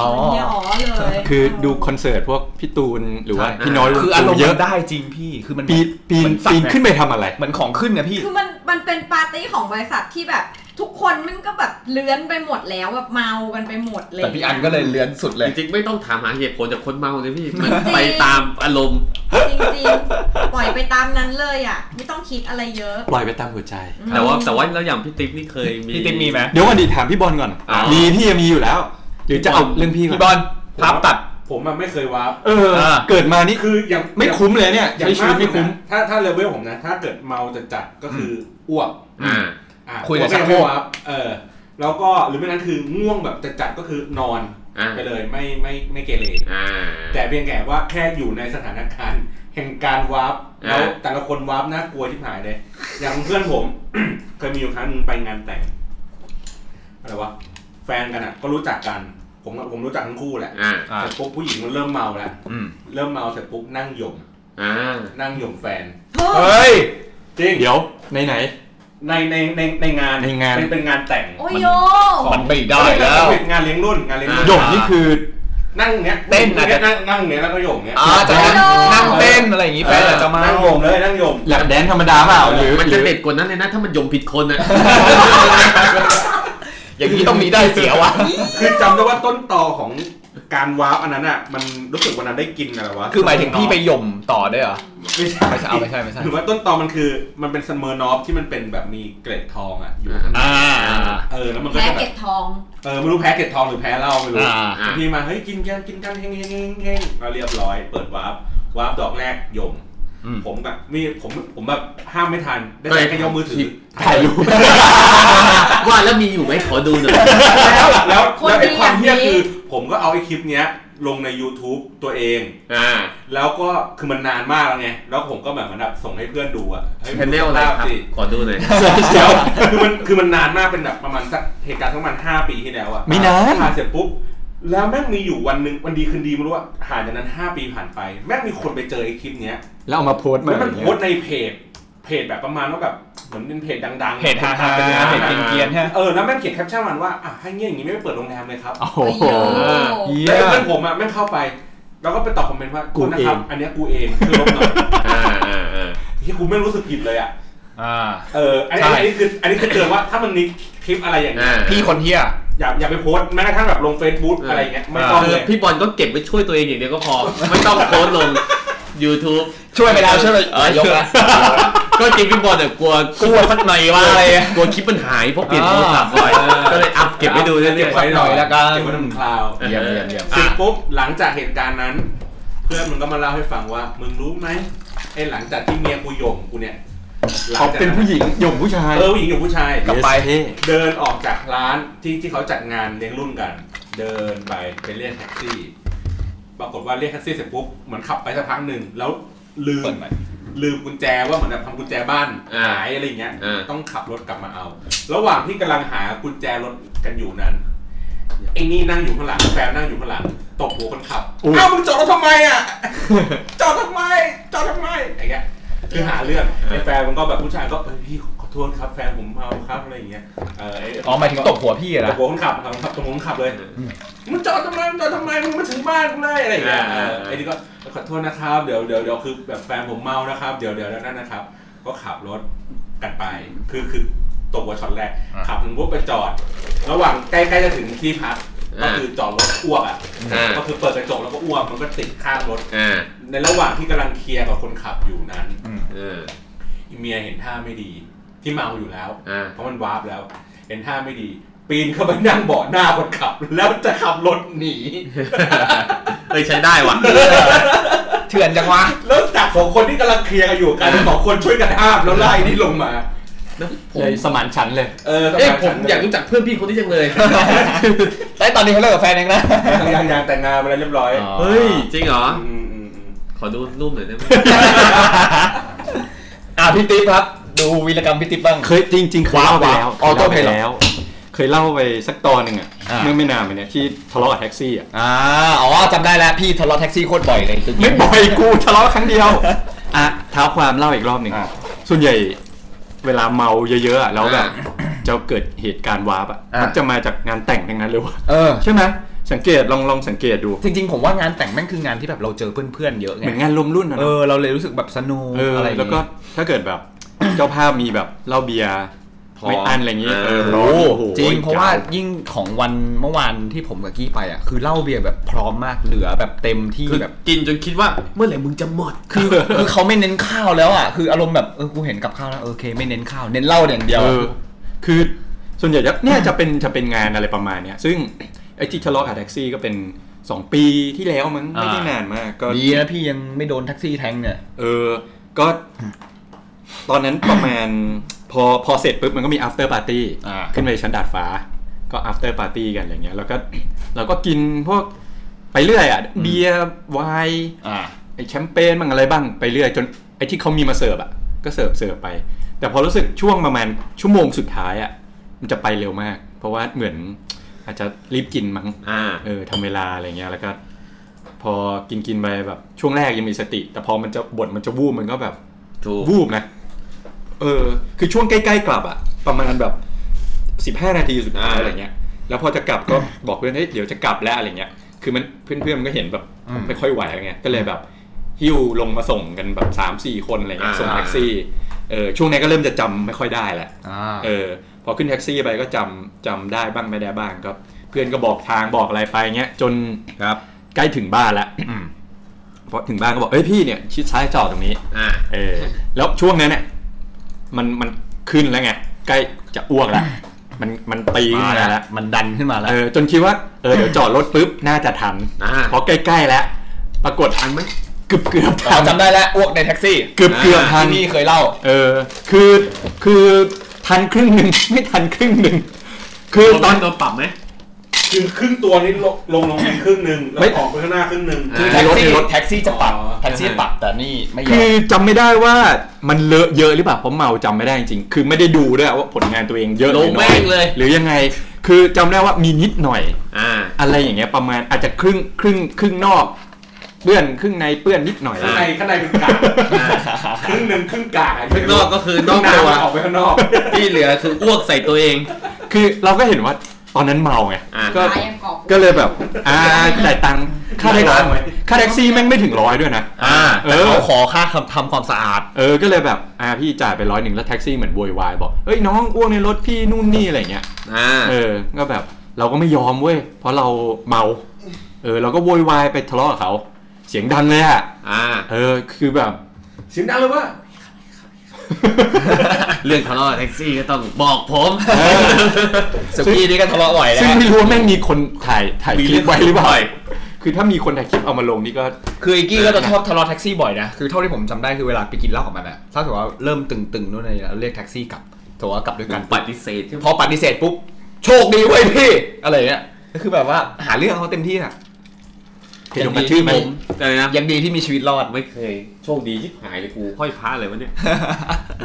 Speaker 4: อ๋อเฮียอ๋อเลย
Speaker 1: คือดูคอนเสิร์ตพวกพี่ตูนหรือว่า
Speaker 6: ใช่
Speaker 1: พี่น้อยวง
Speaker 6: คืออาร
Speaker 1: ตู
Speaker 6: มณ์
Speaker 1: เย
Speaker 6: มั
Speaker 1: อะ
Speaker 6: นได้จริงพี่คือมัน
Speaker 1: ปีนปีน
Speaker 6: มัสั่
Speaker 1: ปี
Speaker 6: ง
Speaker 1: น
Speaker 6: อะ
Speaker 1: ขึ้นไปทำอะไร
Speaker 6: เหมือนของขึ้นนะพี่
Speaker 4: คือมันมันเป็นปาร์ตี้ของบริษัทที่แบบทุกคนมันก็แบบเลื้อนไปหมดแล้วแบบเมากันไปหมดเลย
Speaker 6: แต่พี่อันก็เลยเลื้อนสุดเลย
Speaker 3: จริงๆไม่ต้องถามหาเหตุผลจากคนเมาเลยพี่ มัน
Speaker 4: จริง
Speaker 3: ไปตามอารมณ์
Speaker 4: จริงๆ ปล่อยไปตามนั้นเลยอ่ะ ไม่ต้องคิดอะไรเยอะ
Speaker 1: ปล่อยไปตามหัวใจ
Speaker 3: แต่ว่าแต่ว่าแล้วอย่างพี่ติ๊กนี่เคยมี
Speaker 6: พี่ติ๊กมีไหม
Speaker 1: เดี๋ยววันดีถามพี่บอลก่อน
Speaker 3: อ๋อ
Speaker 1: มีพี่มีอยู่แล้ว หรือจะเอาเรื่องพี่ก่
Speaker 6: พี่
Speaker 1: อน
Speaker 6: บอลภาพตัด
Speaker 5: ผมอะไม่เคยวาร์ป
Speaker 1: เออ
Speaker 6: เออ
Speaker 1: เกิดมานี่คือ
Speaker 5: คืออย่าง
Speaker 1: ไม่คุ้มเลยเนี่ย
Speaker 5: อย่าง
Speaker 1: ใช้ชีวิตไม่คุ้ม
Speaker 5: ากนะถ้าถ้าเลเวลผมนะ ถ้าเกิดเมาจะจัดก็คือออ้วก
Speaker 3: อ่า
Speaker 5: อ่ะ
Speaker 6: คุยกับ
Speaker 5: ผมไม่
Speaker 6: ชักโคร
Speaker 5: ใช่
Speaker 6: ก
Speaker 5: วาร์ปเออ แล้วก็หรือไม่นั้นคือง่วงแบบจะจัดก็คือนอน
Speaker 3: อ่า
Speaker 5: ไปเลยไม่ไม่ไม่เกเร
Speaker 3: อ่า
Speaker 5: แต่เพียงแค่ว่าแค่อยู่ในสถานการณ์แห่งการวาร์ป
Speaker 3: อ่า
Speaker 5: แล้วแต่ละคนวาร์ปน่ากลัวที่หายเลย อย่างเพื่อนผม เคยมีอยู่ครั้งหนึงไปงานแต่งอะไรวะแฟนกันอ่ะ ก็รู้จักกัน ผมกับผมรู้จักทั้งคู่แหละ
Speaker 3: อ่า
Speaker 6: อ่า
Speaker 5: แต่ปุ๊บผู้หญิงมันเริ่มเมาแล้ว
Speaker 6: อืม
Speaker 5: เริ่มเมาเสร็จปุ๊บนั่งหย่ม
Speaker 3: อ่า
Speaker 5: นั่งหย่มแฟน
Speaker 6: เฮ้ย
Speaker 5: จริง
Speaker 1: เดี๋ยวไหนไหน
Speaker 5: ในในในในงาน
Speaker 1: ในงาน
Speaker 5: เป็เป็นงานแต่ง
Speaker 4: โอ้ยโย
Speaker 6: มันไม่ได้แล้ว
Speaker 5: งานเลี้ยงรุ่นงานเลี้ยงรุ่น
Speaker 1: หยกนี่คือ
Speaker 5: นั่งอย่างเนี้ย
Speaker 6: เต้นอาจจะ
Speaker 5: นั่งนั่งอย่างเนี้ยแล้วก็โยงเนี้ย
Speaker 6: อ่าจะนั่งนั่งเต้นอะไรอย่างงี้แฟนอาจจะมา
Speaker 5: นั่งโยงเลยนั่งโยง
Speaker 1: แลบแดนธรรมดาเปล่าหรือ
Speaker 3: มัน
Speaker 1: หรื
Speaker 3: จะ
Speaker 1: อ
Speaker 3: เด็ดกว่านั้นเลยนะถ้ามันยมผิดคนอ่ะ
Speaker 6: อย่างนี้ต้องมีได้เสียวะ
Speaker 5: คือจำได้ว่าต้นตอของการว้าวอันนั้นอ่ะมันรู้สึกวันนั้นได้กินอะไรวะ
Speaker 6: คือหมายถึงพี่ไปหย่มต่อด้วยเหรอ
Speaker 5: ไม่ใช่
Speaker 6: ไม่ใช่เอาไม่ใช่ไม่ใช่
Speaker 5: หรือว่าต้นตอมันคือมันเป็นสเมอร์นอฟที่มันเป็นแบบมีเกล็ดทองอ่ะอยู่ข้างใน
Speaker 6: อ่า
Speaker 5: เออแล้วมันก็
Speaker 4: แพ้
Speaker 5: จะแบ
Speaker 4: เก็
Speaker 5: บบ
Speaker 4: ทอง
Speaker 5: เออไม่รู้แพ้เกล็ดทองหรือแพ้เหล้าไม่รู้
Speaker 6: อ่า
Speaker 3: อ่า
Speaker 5: พี่มาเฮ้ยกินกันกินกันเฮงเฮงเฮงเฮงเราเรียบร้อย เปิดวาร์ปวาร์ปดอกแรกโยง
Speaker 6: อืม
Speaker 5: ผมแบบนี่ผมผมแบบห้ามไม่ทันได้แค่ยกมือถือ
Speaker 1: ถ่ายรูป
Speaker 3: ว่าแล้วมีอยู่ไหมขอดูหน่อย
Speaker 5: แล้วแล้ว
Speaker 4: คน
Speaker 5: แล้วไอ้
Speaker 4: ดี
Speaker 5: ความเฮี้ย
Speaker 4: อย่างนี้
Speaker 5: คือ ผมก็เอาไอ้คลิปเนี้ย ลงใน YouTube ตัวเอง
Speaker 3: อ่า
Speaker 5: แล้วก็คือมันนานมากแล้วไงแล้วผมก็แบบเหมือนแบบส่งให้เพื่อนดูอะฮ้ย
Speaker 3: แชนเนลอะไรครับ
Speaker 5: สิ
Speaker 3: ขอดูหน่อย
Speaker 5: เดี๋ยวคือมันคือมันนานมากเป็นแบบประมาณสักเหตุการณ์ทั้งมันห้าปีที่แล้วอะ
Speaker 1: ไม่นาน
Speaker 5: ผ่านเสร็จปุ๊บ แล้วแม่งมีอยู่วันหนึ่งวันดีคืนดีไม่รู้ว่าห่างจากนั้นห้าปีผ่านไป แม่งมีคนไปเจอไอ้คลิปเนี้ย
Speaker 1: แล้วเอามาโพสต์มา
Speaker 5: แล้วมันโพสต์ในเพจ เพจแบบประมาณว่าแบบเหมือนเป็นเพจดังๆ
Speaker 6: เพจฮาฮา
Speaker 5: ป็นร้น
Speaker 6: เพจ
Speaker 5: อะ
Speaker 6: เกรียนๆฮะ
Speaker 5: เออแล้วแม่งเขียนแคปชั่นมันว่าอ่ะให้เงี้ยอย่างนี้ไม่ไปเปิดโรงแรมเลยครับ
Speaker 1: โอ้โห
Speaker 4: โอ้ยโย
Speaker 1: เยี่ย
Speaker 5: แล้ว
Speaker 1: ม
Speaker 5: เพื่อนผมอ่ะแม่งเข้าไป แล้วก็ไปตอบคอมเมนต์ว่า
Speaker 1: กู
Speaker 5: กูนะครับ
Speaker 1: เอง
Speaker 5: อันเนี้ยกูเองคือลบหน่อย
Speaker 3: อ่าอ่าอ่า
Speaker 5: ที่กูไม่รู้สึกผิดเลยอ่ะ
Speaker 6: อ่า
Speaker 5: เอออันนี้
Speaker 6: ใช่
Speaker 5: อันนี้คืออันนี้คือเตือนว่าถ้ามันมีคลิปอะไรอย่างเงี้
Speaker 3: อ่าย
Speaker 6: พี่คนเที่ย
Speaker 5: อย่าอย่าไปโพสต์แม้กระทั่งแบบลงเฟซบุ๊กอะไรอย่างเงี้ยไม่ต้อง
Speaker 3: คือ
Speaker 5: เลย
Speaker 3: พี่บอลก็เก็บไว้ช่วยตัวเองอย่างเดียวก็พอ ไม่ต้องโพสต์ลง YouTube
Speaker 6: ช่วยไปแล้วช่วยไป
Speaker 3: เออยกละก็จริงพี่บอลเนี่ยกลัว
Speaker 6: กลัวสักหน่อยว่าอะไร
Speaker 3: กลัวคลิปมันหายเพราะเปลี่ยนโทรศัพท์บ่อย
Speaker 6: อ่า
Speaker 3: ก็เลยอัพเก็บไว้ดูเรื่อย
Speaker 5: เก็บไว้หน่อ
Speaker 6: ห
Speaker 5: ย
Speaker 6: น่อยละกัน
Speaker 5: เก็บไว้ในคลาวด์
Speaker 6: เยี่ยมเยี่ยมเยี่ยม
Speaker 5: เสร็จปุ๊บหลังจากเหตุการณ์นั้น เพื่อนมันก็มาเล่าให้ฟังว่ามึงรู้ไหมไอ้หลังจากที่เมียกูหย่งกูเนี่ยหลั
Speaker 1: เขา
Speaker 5: งจาก
Speaker 1: เป็นผู้หญิงหยงผู้ชาย
Speaker 5: เออผู้หญิงอยู่ผู้ชาย
Speaker 1: กลับไป
Speaker 5: เดินออกจากร้านที่ที่เขาจัดงานเลี้ยงรุ่นกัน เดินไปไปเรียกแท็กซี่ ปรากฏว่าเรียกแท็กซี่เสร็จปุ๊บเหมือนขับไปสักพักหนึ่งแล้วลืม
Speaker 6: เปิดใหม่
Speaker 5: ลืมกุญแจว่าเหมือนแบบทำกุญแจบ้าน
Speaker 3: อ่า
Speaker 5: หายอะไรอย่างเงี้ย
Speaker 3: อ่า
Speaker 5: ต้องขับรถกลับมาเอา ระหว่างที่กำลังหากุญแจรถกันอยู่นั้นไอ้นี่นั่งอยู่ข้างหลังแฟนนั่งอยู่ข้างหลังตบหัวคนขับอ้าวมึงจอดรถทำไมอ่ะ จอดทำไมจอดทำไมอย่างเงี้ยคือหาเรื่องไอ้แฟนมันก็แบบผู้ชายก็เอ้ยพี่ขอโทษครับแฟนผมเมาครับอะไรอย่างเงี้ยเออไ
Speaker 6: อ๋อหมายถึงตบหัวพี่เหร
Speaker 5: ต
Speaker 6: อบ
Speaker 5: หัวคนขับครับครับตบหัวคนขับเลยมึงจอดทำไมมึงจอดทำไมมึงไม่ถึงบ้านกูเลยอะไรอย่างเงี้ย
Speaker 3: อ่า
Speaker 5: เออไอ้นี่ก็ขอโทษนะครับเดี๋ยวเดี๋ยวเดี๋ยวคือแบบแฟนผมเมานะครับ เดี๋ยวเดี๋ยวนั่นนะครับ ก็ขับรถกันไป คือคือตบหัวช็อตแรก
Speaker 6: า
Speaker 5: ขับถึงปุ๊บไปจอด ระหว่างใกล้ๆจะถึงที่พักก็คือจอดรถอ้วกอ่ะ
Speaker 3: อ่า
Speaker 5: ก็คือเปิดกระจกแล้วก็อ้วกมันก็ติดข้างรถ
Speaker 3: อ่า
Speaker 5: ในระหว่างที่กำลังเคลียร์กับคนขับอยู่นั้น
Speaker 3: เออ
Speaker 5: อีเมียเห็นท่าไม่ดี ที่เมาอยู่แล้ว
Speaker 3: อ่า
Speaker 5: เพราะมันวาร์ปแล้ว เห็นท่าไม่ดี ปีนเข้าไปนั่งเบาะหน้าคนขับ แล้วจะขับรถหนี
Speaker 3: เอ้ยใช้ได้ว่ะ
Speaker 6: เถื่อนจังวะ
Speaker 5: แล้วจากสองคนที่กำลังเคลียร์กันอยู่กันสองคนช่วยกันห้ามแล้วไล่นี่ลงมา
Speaker 3: นะผม
Speaker 1: เลยสมานฉันท์เลย
Speaker 5: เออ
Speaker 3: เอ๊ะ
Speaker 5: สำหรับ
Speaker 3: ผม
Speaker 5: ฉัน
Speaker 3: อยากรู้จักเพื่อนพี่คนนี้จังเลย
Speaker 2: แต่ตอนนี้เขาเลิกกับแฟนเองนะ
Speaker 5: ยังยังแต่งงานไปแล้วเรียบร้อย
Speaker 3: เฮ้ย จริงเหรอ
Speaker 5: มอืมอืม
Speaker 3: ขอดูรูปหน่อยได้ไหม
Speaker 2: อ่าพี่ติ๊บครับ ดูวีรกรรมพี่ติ๊บบ้าง
Speaker 1: เคยจริงๆเคยเล่าไปแล้ว
Speaker 2: ว้าวว้าว
Speaker 1: เคยเล่าไปแล้ว เคยเล่าไปสักตอนหนึ่งอ่ะ
Speaker 2: อ่า
Speaker 1: เมื่อไม่นานมาเนี้ยที่ทะเลาะกับแท็กซี่อ่ะ
Speaker 2: อ่าอ๋อจำได้แล้วพี่ทะเลาะแท็กซี่โคตรบ่อยเลยจริงๆ
Speaker 1: ไม่บ่อยกูทะเลาะครั้งเดียวอ่ะเท้าความเล่าอีกรอบหนึ่ง
Speaker 2: อ่า
Speaker 1: ส่วนใหญ่เวลาเมาเยอะๆอะแล้วแบบ
Speaker 3: อ่า
Speaker 1: จะเกิดเหตุการณ์วาร์ปอ่ะ
Speaker 2: อ่ามั
Speaker 1: มักจะมาจากงานแต่งทั้งนั้นเลยว่ะ
Speaker 2: เออ
Speaker 1: ใช่ไหมสังเกตลองลองสังเกตดู
Speaker 2: จริงๆ ผมว่างานแต่งแม่งคืองานที่แบบเราเจอเพื่อนๆ เยอะไง
Speaker 1: เหมือนงานรวมรุ่นอะ
Speaker 2: เอ
Speaker 1: เนาะ
Speaker 2: อ เราเลยรู้สึกแบบสนุก
Speaker 1: เออ
Speaker 2: อะไรอย่าง
Speaker 1: แล้วก็
Speaker 2: งี้
Speaker 1: ถ้าเกิดแบบ เจ้าภาพมีแบบเหล้าเบียร์
Speaker 3: พอ
Speaker 1: ไม่อันอะไรอย่างงี้
Speaker 3: เออ
Speaker 1: เออ
Speaker 2: โอ้
Speaker 1: ร้อน
Speaker 2: โหจริง เพราะว่ายิ่งของวันเมื่อวานที่ผมกับกี้ไปอ่ะ คือเหล้าเบียร์แบบพร้อมมากเหลือแบบเต็มที่
Speaker 3: คือ
Speaker 2: แบบ
Speaker 3: กินจนคิดว่าเมื่อไหร่มึงจะหมด
Speaker 2: คือ คือเขาไม่เน้นข้าวแล้วอ่ะ คืออารมณ์แบบเออกูเห็นกับข้าวแล้วเออโอเค ไม่เน้นข้าวเน้นเหล้าอย่างเดียว
Speaker 1: เออคือส่วนใหญ่จะเนี่ยจะเป็นจะเป็นงานอะไรประมาณเนี้ยซึ่งไอ้ที่ทะเลาะกับแท็กซี่ก็เป็น 2 ปีที่แล้วมั้งไม่ได้นานมากก็
Speaker 2: ดีนะพี่ยังไม่โดนแท็กซี่แทงเนี่ย
Speaker 1: เออก็ ตอนนั้นประมาณ พอพอเสร็จปุ๊บมันก็มี after party
Speaker 2: อ่า
Speaker 1: ขึ้นไปชั้นดาดฟ้า ก็ after party กันอะไรเงี้ยแล้วก็ เราก็กินพวกไปเรื่อยอ่ะเบียร์ไวน์
Speaker 2: อ่า
Speaker 1: ไอแชมเปญบ้างอะไรบ้างไปเรื่อยจนไอที่เขามีมาเสิร์ฟอ่ะก็เสิร์ฟเสิร์ฟไป แต่พอรู้สึกช่วงประมาณชั่วโมงสุดท้ายอ่ะมันจะไปเร็วมาก เพราะว่าเหมือนอาจจะรีบกินมั้ง
Speaker 3: อ่า
Speaker 1: เออทำเวลาอะไรเงี้ยแล้วก็ พอกินกินไปแบบช่วงแรกยังมีสติ แต่พอมันจะบทมันจะวูบมันก็แบบ
Speaker 3: ถูก
Speaker 1: วูบนะ เออ คือช่วงใกล้ๆกลับอ่ะ ประมาณแบบสิบห้านาทีสุดท้าย
Speaker 3: อ่า
Speaker 1: อะไรเงี้ยแล้วพอจะกลับก็ บอกเพื่อนเฮ้ยเดี๋ยวจะกลับแล้วอะไรเงี้ยคือมันเพื่อนๆมันก็เห็นแบบ
Speaker 2: อืม
Speaker 1: ไม่ค่อยไหวอะไรเงี้ยก็เลยแบบหิ้วลงมาส่งกันแบบสามสี่คนอะไรเงี้ย
Speaker 3: อ่า
Speaker 1: ส่งแท็กซี่เออช่วงนี้นก็เริ่มจะจำไม่ค่อยได้แหละ
Speaker 2: อ่า
Speaker 1: เออพอขึ้นแท็กซี่ไปก็จำจำได้บ้างไม่ได้บ้างก็เพื่อนก็บอกทางบอกอะไรไปเงี้ยจน
Speaker 2: ครับ
Speaker 1: ใกล้ถึงบ้านละ
Speaker 2: อืม
Speaker 1: พอถึงบ้านก็บอกเอ้ยพี่เนี่ยชิดซ้ายจอดตรงนี้
Speaker 3: อ่า
Speaker 1: เออแล้วช่วงนั้นเนี่ยมันมันขึ้นแล้วไงใกล้จะอ้วกแล้ว มันมันตีขึ้น
Speaker 2: มา
Speaker 1: มา
Speaker 2: แล้
Speaker 1: แล้ว ว
Speaker 2: มันดันขึ้นมาแล้ว
Speaker 1: เออจนคิดว่าเออเดี๋ยวจอดรถปุ๊บน่าจะทัน
Speaker 3: อ่า
Speaker 1: เพราะใกล้ๆแล้ว ปรากฏทันไหมเกือบเกือบ
Speaker 2: อ๋
Speaker 1: ทั
Speaker 2: อน จำได้แล้วอ้วกในแท็กซี่
Speaker 1: เกือบเกือบทัน
Speaker 2: ที่นี่เคยเล่า
Speaker 1: เออคือคือทันครึ่งหนึ่ง ไม่ทันครึ่งหนึ่งคือ
Speaker 3: ต
Speaker 1: ต
Speaker 3: อ
Speaker 1: อน น
Speaker 3: โดนปรับไหม
Speaker 5: คือครึ่งตัวนี้ลงลงลงไปครึ่งหนึ่งแล้ว
Speaker 1: ไม่
Speaker 5: ออกไปข้างหน้าครึ่งหนึ่ง
Speaker 3: อ่า
Speaker 1: ใน
Speaker 2: แท็ก
Speaker 1: รถ
Speaker 2: ซี่
Speaker 1: ในรถ
Speaker 2: แท็กซี่จะปรับ
Speaker 5: อ๋อ
Speaker 2: แท็กซี่ปรับแต่นี่ไม่ยอ
Speaker 1: คือ
Speaker 2: ม
Speaker 1: จำไม่ได้ว่ามันเลอะเยอะหรือเปล่าเพราะเมาจำไม่ได้จริงๆคือไม่ได้ดูด้วยว่าผลงานตัวเองเยอะหรือ
Speaker 3: ลง
Speaker 1: น้
Speaker 3: แม่
Speaker 1: อย
Speaker 3: งเลย
Speaker 1: หรือยังไง คือจำได้ว่ามีนิดหน่อย
Speaker 3: อ่า
Speaker 1: อะไรอย่างเงี้ยประมาณอาจจะครึ่งครึ่งครึ่งนอกเปื้อนครึ่งในเปื้อนนิดหน่อย
Speaker 3: อ่า
Speaker 5: ข้างในข้างในเป็นกากครึ่งหนึ่งครึ่งกากะ
Speaker 3: ข้างนอกก็คือนอกตัว
Speaker 5: น้ำออกไปข้างนอก
Speaker 3: ที่เหลือคืออ้วกใส่ตัวเอง
Speaker 1: คือเราก็เห็นว่าตอนนั้นเมาไง
Speaker 3: อ่า
Speaker 1: ก็
Speaker 4: ตายยังกอบ
Speaker 1: ก็เลยแบบอ่าจ่ายตังค์ค่าแท็ก
Speaker 5: ร้อ
Speaker 1: ซี่
Speaker 5: ยไหม
Speaker 1: ค่าแท็กซี่แม่งไม่ถึงร้อยด้วยนะ
Speaker 2: อ่า
Speaker 1: เอ
Speaker 2: แต่
Speaker 1: อ
Speaker 2: เขาขอค่าทำทำความสะอาด
Speaker 1: เออก็เลยแบบอ่าพี่จ่ายไปร้อยหนึ่งแล้วแท็กซี่เหมือนโวยวายบอกเอ้ยน้องอ้วกในรถพี่นู่นนี่อะไรเงี้ย
Speaker 3: อ่า
Speaker 1: เออก็แบบเราก็ไม่ยอมเว้ยเพราะเราเมาเออเราก็โวยวายไปทะเลาะกับเขาเสียงดังเลยอ่ะ
Speaker 3: อ่า
Speaker 1: เออคือแบบ
Speaker 5: เสียงดังเลยว่า
Speaker 3: เรื่องทะเลาะกับแท็กซี่ก็ต้องบอกผม
Speaker 2: สุกี้นี่ก็ทะเลาะบ่อยแล้
Speaker 1: ซึ่ง
Speaker 2: ว
Speaker 1: ไม่รู้ว่าแม่งมีคนถ่ายถ่าย
Speaker 3: มี
Speaker 1: คลิ
Speaker 3: เรื่อ
Speaker 1: ป
Speaker 3: ง
Speaker 1: ไว้หรือเปล่า
Speaker 3: บ่อย
Speaker 1: คือถ้ามีคนถ่ายคลิปเอามาลงนี่ก็
Speaker 2: คือไอ้กี้ก็จะชอบทะเลาะแท็กซี่บ่อยนะ คือเท่าที่ผมจำได้คือเวลาไปกินเหล้ากับมันอะถ้าถือว่าเริ่มตึงๆนู่นนี่แล้วเรียกแท็กซี่กลับถือว่ากลับด้วยกัน
Speaker 3: ปฏิเสธใช่ไหม
Speaker 2: พอปฏิเสธปุ๊บ โชคดีเว้ยพี่อะไรเนี้ยก็คือแบบว่าหาเรื่องเขาเต็มที่อะ
Speaker 1: เคยโดนกระทืบไหม
Speaker 3: ผมอะไรนะ
Speaker 2: ยังดีที่มีชีวิตรอด
Speaker 3: ไม่เคยโชคดีที่หายเลยกูห้อยพระอะไรวะเนี่ย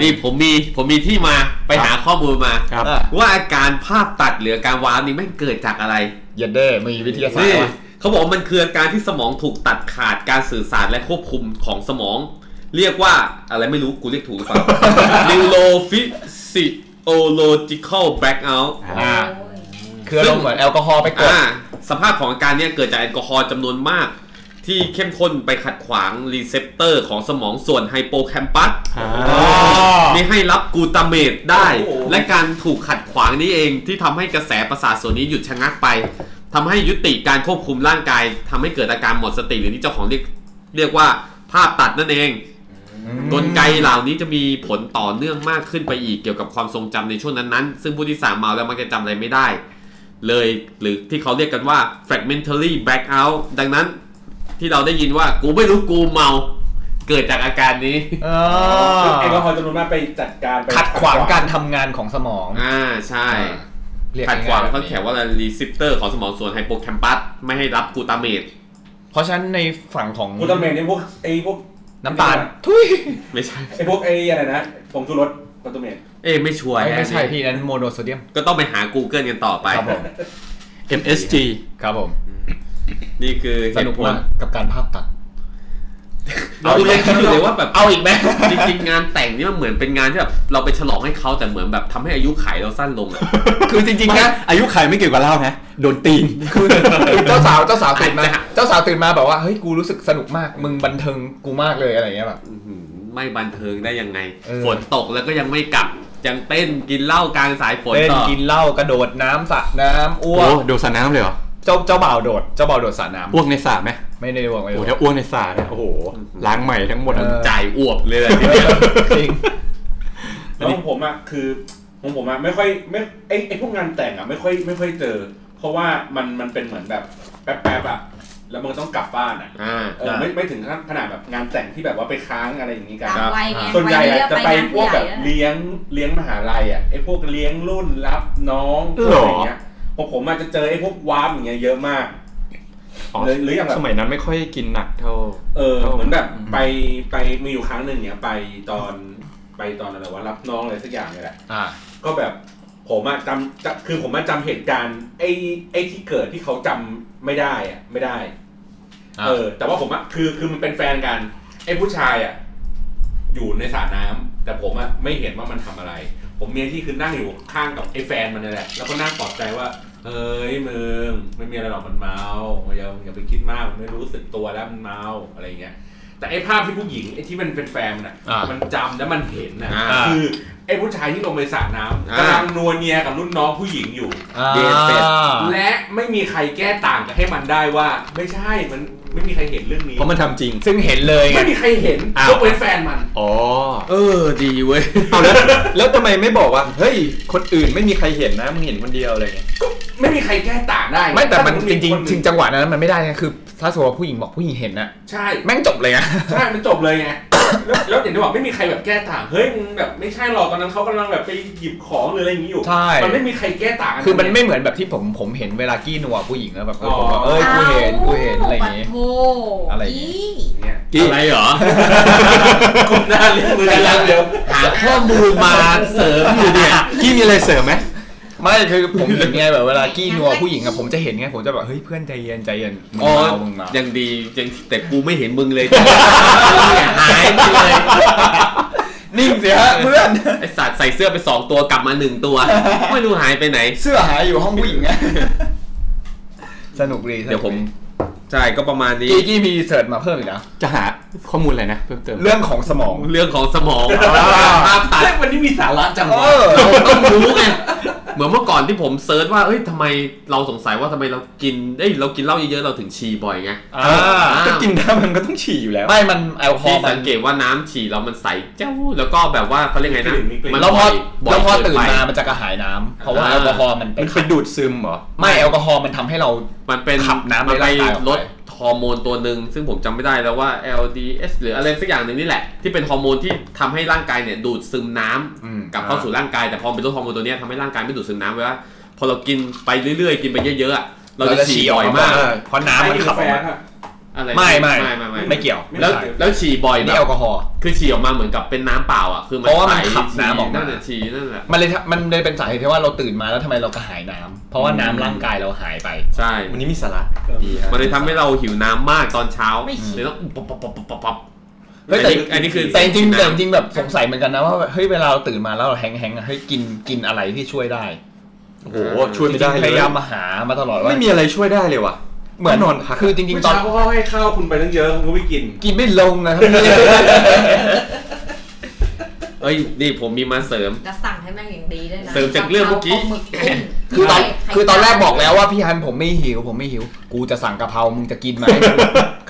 Speaker 3: นี่ผมมีผมมีที่มาไปหาข้อมูลมา
Speaker 1: ครับ
Speaker 3: ว่าอาการภาพตัดหรืออาการวาร์ปนี่แม่งเกิดจากอะไร
Speaker 2: เย็นเด้มีวิทยาศาสต
Speaker 3: นี่
Speaker 2: ร์ว่ะ
Speaker 3: เขาบอกว่ามันคืออาการที่สมองถูกตัดขาดการสื่อสารและควบคุมของสมอง เรียกว่าอะไรไม่รู้กูเรียกถูกห รือเปล่า neurophysiological blackout
Speaker 1: อ่า
Speaker 2: คืออารมณ์เหมือนแอลกอฮอล์ไปกด
Speaker 3: อ่าสภาพของอาการเนี้เกิดจากแอลกอฮอล์จำนวนมาก ที่เข้มข้นไปขัดขวางรีเซพเตอร์ของสมองส่วนไฮโปแคมปัส
Speaker 1: อ่า
Speaker 3: มีให้รับกลูตาเมตได้
Speaker 5: โอ้โห
Speaker 3: และการถูกขัดขวางนี้เองที่ทำให้กระแสประสาทส่วนนี้หยุดชะงักไปทำให้ยุติการควบคุมร่างกายทำให้เกิดอาการหมดสติหรือที่เจ้าของเรียกเรียกว่าภาพตัดนั่นเอง กลไกเหล่านี้จะมีผลต่อเนื่องมากขึ้นไปอีกเกี่ยวกับความทรงจำในช่วงนั้นๆ ซึ่งผู้ที่สามเมาแล้วมักจะจำอะไรไม่ได้ เลยหรือที่เขาเรียกกันว่า fragmentary blackout ดังนั้นที่เราได้ยินว่ากูไม่รู้กูเมา เกิดจากอาการนี้
Speaker 2: เออ
Speaker 5: แอลกอฮอล์จำนวนมากไปจัดการไป
Speaker 2: ขัดขวางการทำงานของสมอง
Speaker 3: อ่าใช่
Speaker 2: เรียก
Speaker 3: ขัดขวาง
Speaker 2: ง่ยๆ
Speaker 3: เขาเขียนว่าอะไรรีเซพเตอร์ของสมองส่วนไฮโปแคมปัสไม่ให้รับกลูตาเมต
Speaker 2: เพราะฉะนั้นในฝั่งของ
Speaker 5: กูตาเมนเนี่ยพวกไอ้พวก
Speaker 2: น้ำตาล ทุย
Speaker 3: ไม่ใช่
Speaker 5: ไอ้พวกไอ้อะไรนะผงชูรสกูตาเมน
Speaker 3: เอ้ยไม่ชัวร์
Speaker 2: ไม่ใช่
Speaker 3: แฮะ
Speaker 2: พี่นั้นโมโนโซเดียม
Speaker 3: ก็ต้องไปหา Google กันต่อไป
Speaker 2: ครับผม
Speaker 1: MSG
Speaker 2: ครับผม
Speaker 3: นี่คือ
Speaker 2: ส
Speaker 3: เห
Speaker 2: นุ
Speaker 3: ตุ
Speaker 2: ก
Speaker 3: ผล
Speaker 2: มากกับการภาพตัด
Speaker 3: เราเล่นคิดอยู่เลยว่าแบบเอาอีกไหมจริงๆงานแต่งนี่มันเหมือนเป็นงานที่แบบเราไปฉลองให้เขาแต่เหมือนแบบทำให้อายุขัยเราสั้นลงอะ
Speaker 2: คือจริงๆนะ
Speaker 1: อายุขายไม่เกี่ยวกับเหล้านะ โดนตีน
Speaker 2: คือคือเจ้าสาวเจ้าสาวตื่นมา
Speaker 3: อาจจะ
Speaker 2: เจ้าสาวตื่นมาแบบว่าเฮ้ยกูรู้สึกสนุกมากมึงบันเทิงกูมากเลยอะไรอย่างเงี้ยแบบ
Speaker 3: อื้อหือไม่บันเทิงได้ยังไง
Speaker 2: เออ
Speaker 3: ฝนตกแล้วก็ยังไม่กลับ ยังเต้นกินเหล้ากลางสายฝน
Speaker 2: เล่น
Speaker 3: ต่อ
Speaker 2: กินเหล้ากระโดดน้ำสระน้ำอ้ว
Speaker 1: โอ้
Speaker 2: ก
Speaker 1: โดนสาน้ำเลยเหรอ
Speaker 2: เจ้าเจ้าบ่าวโดดเจ้าบ่าวโดดสระน้ำ
Speaker 1: อ้วกในสาไหม
Speaker 2: ไม่ได้บอกไม่
Speaker 1: โอ้โห
Speaker 2: ได้บอก
Speaker 1: ถ้าอ้วกในสาเนี่ยโอ้โห ล้างใหม่ทั้งหมด
Speaker 2: เออ
Speaker 3: จ่ายอวบเลยแหละทีเดียว
Speaker 2: จริง
Speaker 5: แล้วของผมอ่ะคือของผมอ่ะไม่ค่อยไม่ไอ้ไอ้พวกงานแต่งอ่ะไม่ค่อยไม่ค่อยเจอ เพราะว่ามันมันเป็นเหมือนแบบแป๊บๆอ่ะแล้วมันก็ต้องกลับบ้านอ่ะ
Speaker 3: อ่า
Speaker 5: เออไม่ไม่ถึงขั้นขนาดแบบงานแต่งที่แบบว่าไปค้างอะไรอย่างนี้กัน
Speaker 4: ตามวัยไง
Speaker 5: ส่วนใหญ่
Speaker 4: ย
Speaker 5: อะ
Speaker 4: เลือก
Speaker 5: จะไป
Speaker 4: งาน
Speaker 5: พวกแบบ
Speaker 4: ผู้ใหญ่อะ
Speaker 5: เลี้ยงเลี้ยงมหาลัยอ่ะไอ้พวกเลี้ยงรุ่นรับน้องพวกอะไรอย่างเงี้ยพอผมอาจจะเจอไอ้พวกวาร์ปอย่างเงี้ยเยอะมาก
Speaker 1: อ๋อ
Speaker 5: หรือหรืออย่างแบบ
Speaker 1: สมัยนั้นไม่ค่อยกินหนักเท่า
Speaker 5: เออ
Speaker 1: ครับ
Speaker 5: เหมือนแบบ
Speaker 1: อืม
Speaker 5: ไปไปมีอยู่ครั้งหนึ่งเนี่ยไปตอนไปตอนอะไรวะรับน้องอะไรสักอย่างเนี่ยแหละ
Speaker 2: อ่า
Speaker 5: ก็แบบผมอะจำจำคือผมอะจำเหตุการณ์ไอ้ไอ้ที่เกิดที่เขาจำไม่ได้อะไม่ได้
Speaker 2: อ่า
Speaker 5: เออ แต่ว่าผมอะคือคือมันเป็นแฟนกันไอ้ผู้ชายอะอยู่ในสระน้ำแต่ผมอะไม่เห็นว่ามันทำอะไร ผมเมียที่คือนั่งอยู่ข้างกับไอ้แฟนมันนี่แหละแล้วก็นั่งปลอบใจว่าเอ้ยมึงไม่มีอะไรหรอกมันเมาอย่าอย่าไปคิดมากมันไม่รู้สึกตัวแล้วมันเมาอะไรอย่างเงี้ย แต่ไอ้ภาพที่ผู้หญิงไอ้ที่มันเป็นแฟนมันอะ
Speaker 2: อ่ามั
Speaker 5: มันจำแล้วมันเห็นนะ
Speaker 3: อ่า
Speaker 5: คือไอ้ผู้ชายที่ลงไปสระน้ำ
Speaker 3: อ่า
Speaker 5: กำลังนัวเนียกับรุ่นน้องผู้หญิงอยู่
Speaker 2: า
Speaker 3: เดทเป็ด
Speaker 5: และไม่มีใครแก้ต่างกับให้มันได้ว่า ไม่ใช่มันไม่มีใครเห็นเรื่องนี้
Speaker 1: เพราะมันทำจริง
Speaker 2: ซึ่งเห็นเลยไง
Speaker 5: ไม่มีใครเห็น
Speaker 1: อ้าว
Speaker 5: ยกเว้นแฟนมัน
Speaker 1: อ๋อ
Speaker 3: เออดีเว้ย
Speaker 1: เอาแล้ว แล้วทำไมไม่บอกว่า เฮ้ย คนอื่นไม่มีใครเห็นนะ มึงเห็นคนเดียวอะไรเงี้ย
Speaker 5: ก็ไม่มีใครแก้ต่างได้
Speaker 2: ไม่แต่มัน
Speaker 5: ถ้า
Speaker 2: จริง
Speaker 5: คน
Speaker 2: ๆ
Speaker 5: หนึ่
Speaker 2: ถึงจังหวะนั้นมันไม่ได้ไงคือ ถ้าสมมติว่าผู้หญิงบอกผู้หญิงเห็นน่ะ
Speaker 5: ใช่
Speaker 2: แม่งจบเลยนะ
Speaker 5: ใช่มันจบเลยไงแล้วแล้วอย่างที่บอกไม่มีใครแบบแก้ต่างเฮ้ยมึงแบบไม่ใช่หรอกตอนนั้นเขากำลังแบบไปหยิบของหรืออะไรอย่างนี้อยู่
Speaker 2: ใช่
Speaker 5: มันไม่มีใครแก้ต่างกั
Speaker 2: คือมันไม่เหมือนแบบที่ผมผมเห็นเวลากี้นัวผู้หญิงแล้วแบบเออ
Speaker 5: อ๋อ
Speaker 2: ผมบอกเอ้ยกูเห็นกูเห็นอะไรอย่างงี้
Speaker 4: เา
Speaker 2: อะไรอ
Speaker 4: ปะ
Speaker 2: ย่างงี้
Speaker 4: โถ
Speaker 5: เนี่ย
Speaker 3: อะไรเหรอ
Speaker 5: คุณหน้าลิ้นมือกันแล้วเดี๋ยว
Speaker 3: หาข้อมูลมาเสริมอยู่เนี่ย
Speaker 1: กี้มีอะไรเสริมไหม
Speaker 2: ไม่คือผมเห็นไงแบบเวลากี้นัวผู้หญิงอะผมจะเห็นไงผมจะแบบเฮ้ยเพื่อนใจเย็นใจเย็นมึง
Speaker 3: อ๋อ
Speaker 2: เมามึงเมา
Speaker 3: ยังดียังแต่กูไม่เห็นมึงเลยมึงเนี่ยหายไปเลย
Speaker 2: นิ่งเสียเพื่อน
Speaker 3: ไอสัตว์ใส่เสื้อไปสองตัวกลับมาหนึ่งตัว ไม่รู้หายไปไหน
Speaker 2: เสื้อหายอยู่ห้องผู้หญิงอะสนุกดีสนุก
Speaker 3: เดี๋ยวผม ใช่ก็ประมาณนี้
Speaker 2: กี้กี้มีเสิร์ชมาเพิ่มอีกนะ
Speaker 1: จะหาข้อมูลอะไรนะ เพิ่มเติม
Speaker 2: เรื่องของสมอง
Speaker 3: เรื่องของสมอง
Speaker 2: อ่า
Speaker 3: ภาพตัด
Speaker 5: เฮ้ยวันนี้มีสาระจัง
Speaker 2: เอ
Speaker 5: วะ
Speaker 2: อ
Speaker 3: เราต้องรู้ไง เหมือนเมื่อก่อนที่ผมเซิร์ชว่า เอ้ยทำไมเราสงสัยว่าทำไมเรากิน เอ้ย เรากินเหล้าเยอะๆ เราถึงฉี่บ่อยไง
Speaker 2: อ่า
Speaker 1: ก็กินได้มันก็ต้องฉี่อยู่แล้ว
Speaker 2: ไม่มันแอลกอฮอ
Speaker 3: ที่
Speaker 2: ล์มั
Speaker 3: สั
Speaker 2: น
Speaker 3: งเกตว่าน้ำฉี่เรามันใสเจ้า แล้วก็แบบว่าเขาเรียกไงนะ มั
Speaker 2: แล้วพอ
Speaker 3: บ่ย
Speaker 2: แล้วพอ
Speaker 3: เกิ
Speaker 2: ตื่น
Speaker 3: ไป
Speaker 2: มามันจะกระหายน้ำเพราะว่า
Speaker 3: อ่า
Speaker 2: แอลกอฮอล์มันไป
Speaker 1: มันไป
Speaker 2: ขับ
Speaker 1: ดูดซึมเหรอ
Speaker 2: ไม่แอลกอฮอล์มันทำให้เรา
Speaker 3: มันเป็น
Speaker 2: ขับน้ำ
Speaker 3: มัน
Speaker 2: ใน
Speaker 3: ไป
Speaker 2: ร่างกายออกไป
Speaker 3: ลดฮอร์โมนตัวหนึ่งซึ่งผมจำไม่ได้แล้วว่า LDS หรืออะไรสักอย่างหนึ่งนี่แหละ ที่เป็นฮอร์โมนที่ทำให้ร่างกายเนี่ยดูดซึมน้ำ
Speaker 2: อืม
Speaker 3: กลับเข้าสู่ร่างกายแต่พอเป็นลดฮอร์โมนตัวเนี้ยทำให้ร่างกายไม่ดูดซึมน้ำเวลาพอเรากินไปเรื่อยๆ กินไปเยอะๆอะเราจะฉี่บ่อยมาก
Speaker 2: เเพราะน้ำมันขับอ
Speaker 5: แฟ
Speaker 2: อกมา
Speaker 5: นอะ
Speaker 3: อะไร
Speaker 2: ไม่ไม่
Speaker 3: ไม่ไม่
Speaker 2: ไม่เกี่ยว
Speaker 3: แล้ว
Speaker 2: ไม่ใช่
Speaker 3: แล้วฉี่บ่อยแบ
Speaker 2: นี่แอบ ลกอฮอล์
Speaker 3: คือฉี่ออกมาเหมือนกับเป็นน้ำเปล่าอ่ะคือมัน
Speaker 2: เพราะว่ามัน
Speaker 3: ใส
Speaker 2: ขับน้ำออกมา
Speaker 3: ฉี่นั่นแหละฉี่นั่นแหละ
Speaker 2: มันเลยทำมันเลยเป็นสาเหตุที่ว่าเราตื่นมาแล้วทำไมเรากระหายน้ำเพราะว่าน้ำร่างกายเราหายไป
Speaker 3: ใช่
Speaker 1: วันนี้มีสาระ
Speaker 3: มันเลยทำให้เราหิวน้ำมากตอนเช้า
Speaker 4: ไม่หิว
Speaker 3: เลยต้องปุ๊บปั๊บปั๊บปั๊บปั๊บปั๊บ
Speaker 2: เฮ้ยแต่
Speaker 3: อันนี้อันนี้คือ
Speaker 2: แต่จริงๆ
Speaker 3: น้ำ
Speaker 2: แต่จริงๆแบบสงสัยเหมือนกันนะว่าเฮ้ยเวลาเราตื่นมาแล้วเราแฮงแฮงๆอะเฮ้ยกินกินอะไรที่ช่วยได้
Speaker 1: โอ้โห ช่วยไม่ได้
Speaker 2: จริงๆ
Speaker 1: เล
Speaker 2: พ
Speaker 1: ย
Speaker 2: ยายามมาหามาตลอดว่า
Speaker 1: ไม่มีอะไรช่วยได้เลยว่ะ
Speaker 2: เหมือน
Speaker 1: ก็นอนพัก
Speaker 2: คือจริง
Speaker 5: เมื่อ
Speaker 2: ๆตอน
Speaker 5: เช้าเขาให้ข้าวคุณไปตั้งเยอะคุณก็ไม่กิน
Speaker 2: กินไม่ลงนะครับ
Speaker 3: เอ้ยนี่ผมมีมาเสริม
Speaker 4: แล้วสั่งให้แม่งอย่างดีด้วยนะ
Speaker 3: เสริมจากเรื่องเมื่อกี้
Speaker 4: าหมึง
Speaker 2: คือตอน
Speaker 4: ไข่
Speaker 2: คือตอนแรกบอกแล้วว่าพี่ฮันผมไม่หิวผมไม่หิว กูจะสั่งกะเพรามึงจะกินไหม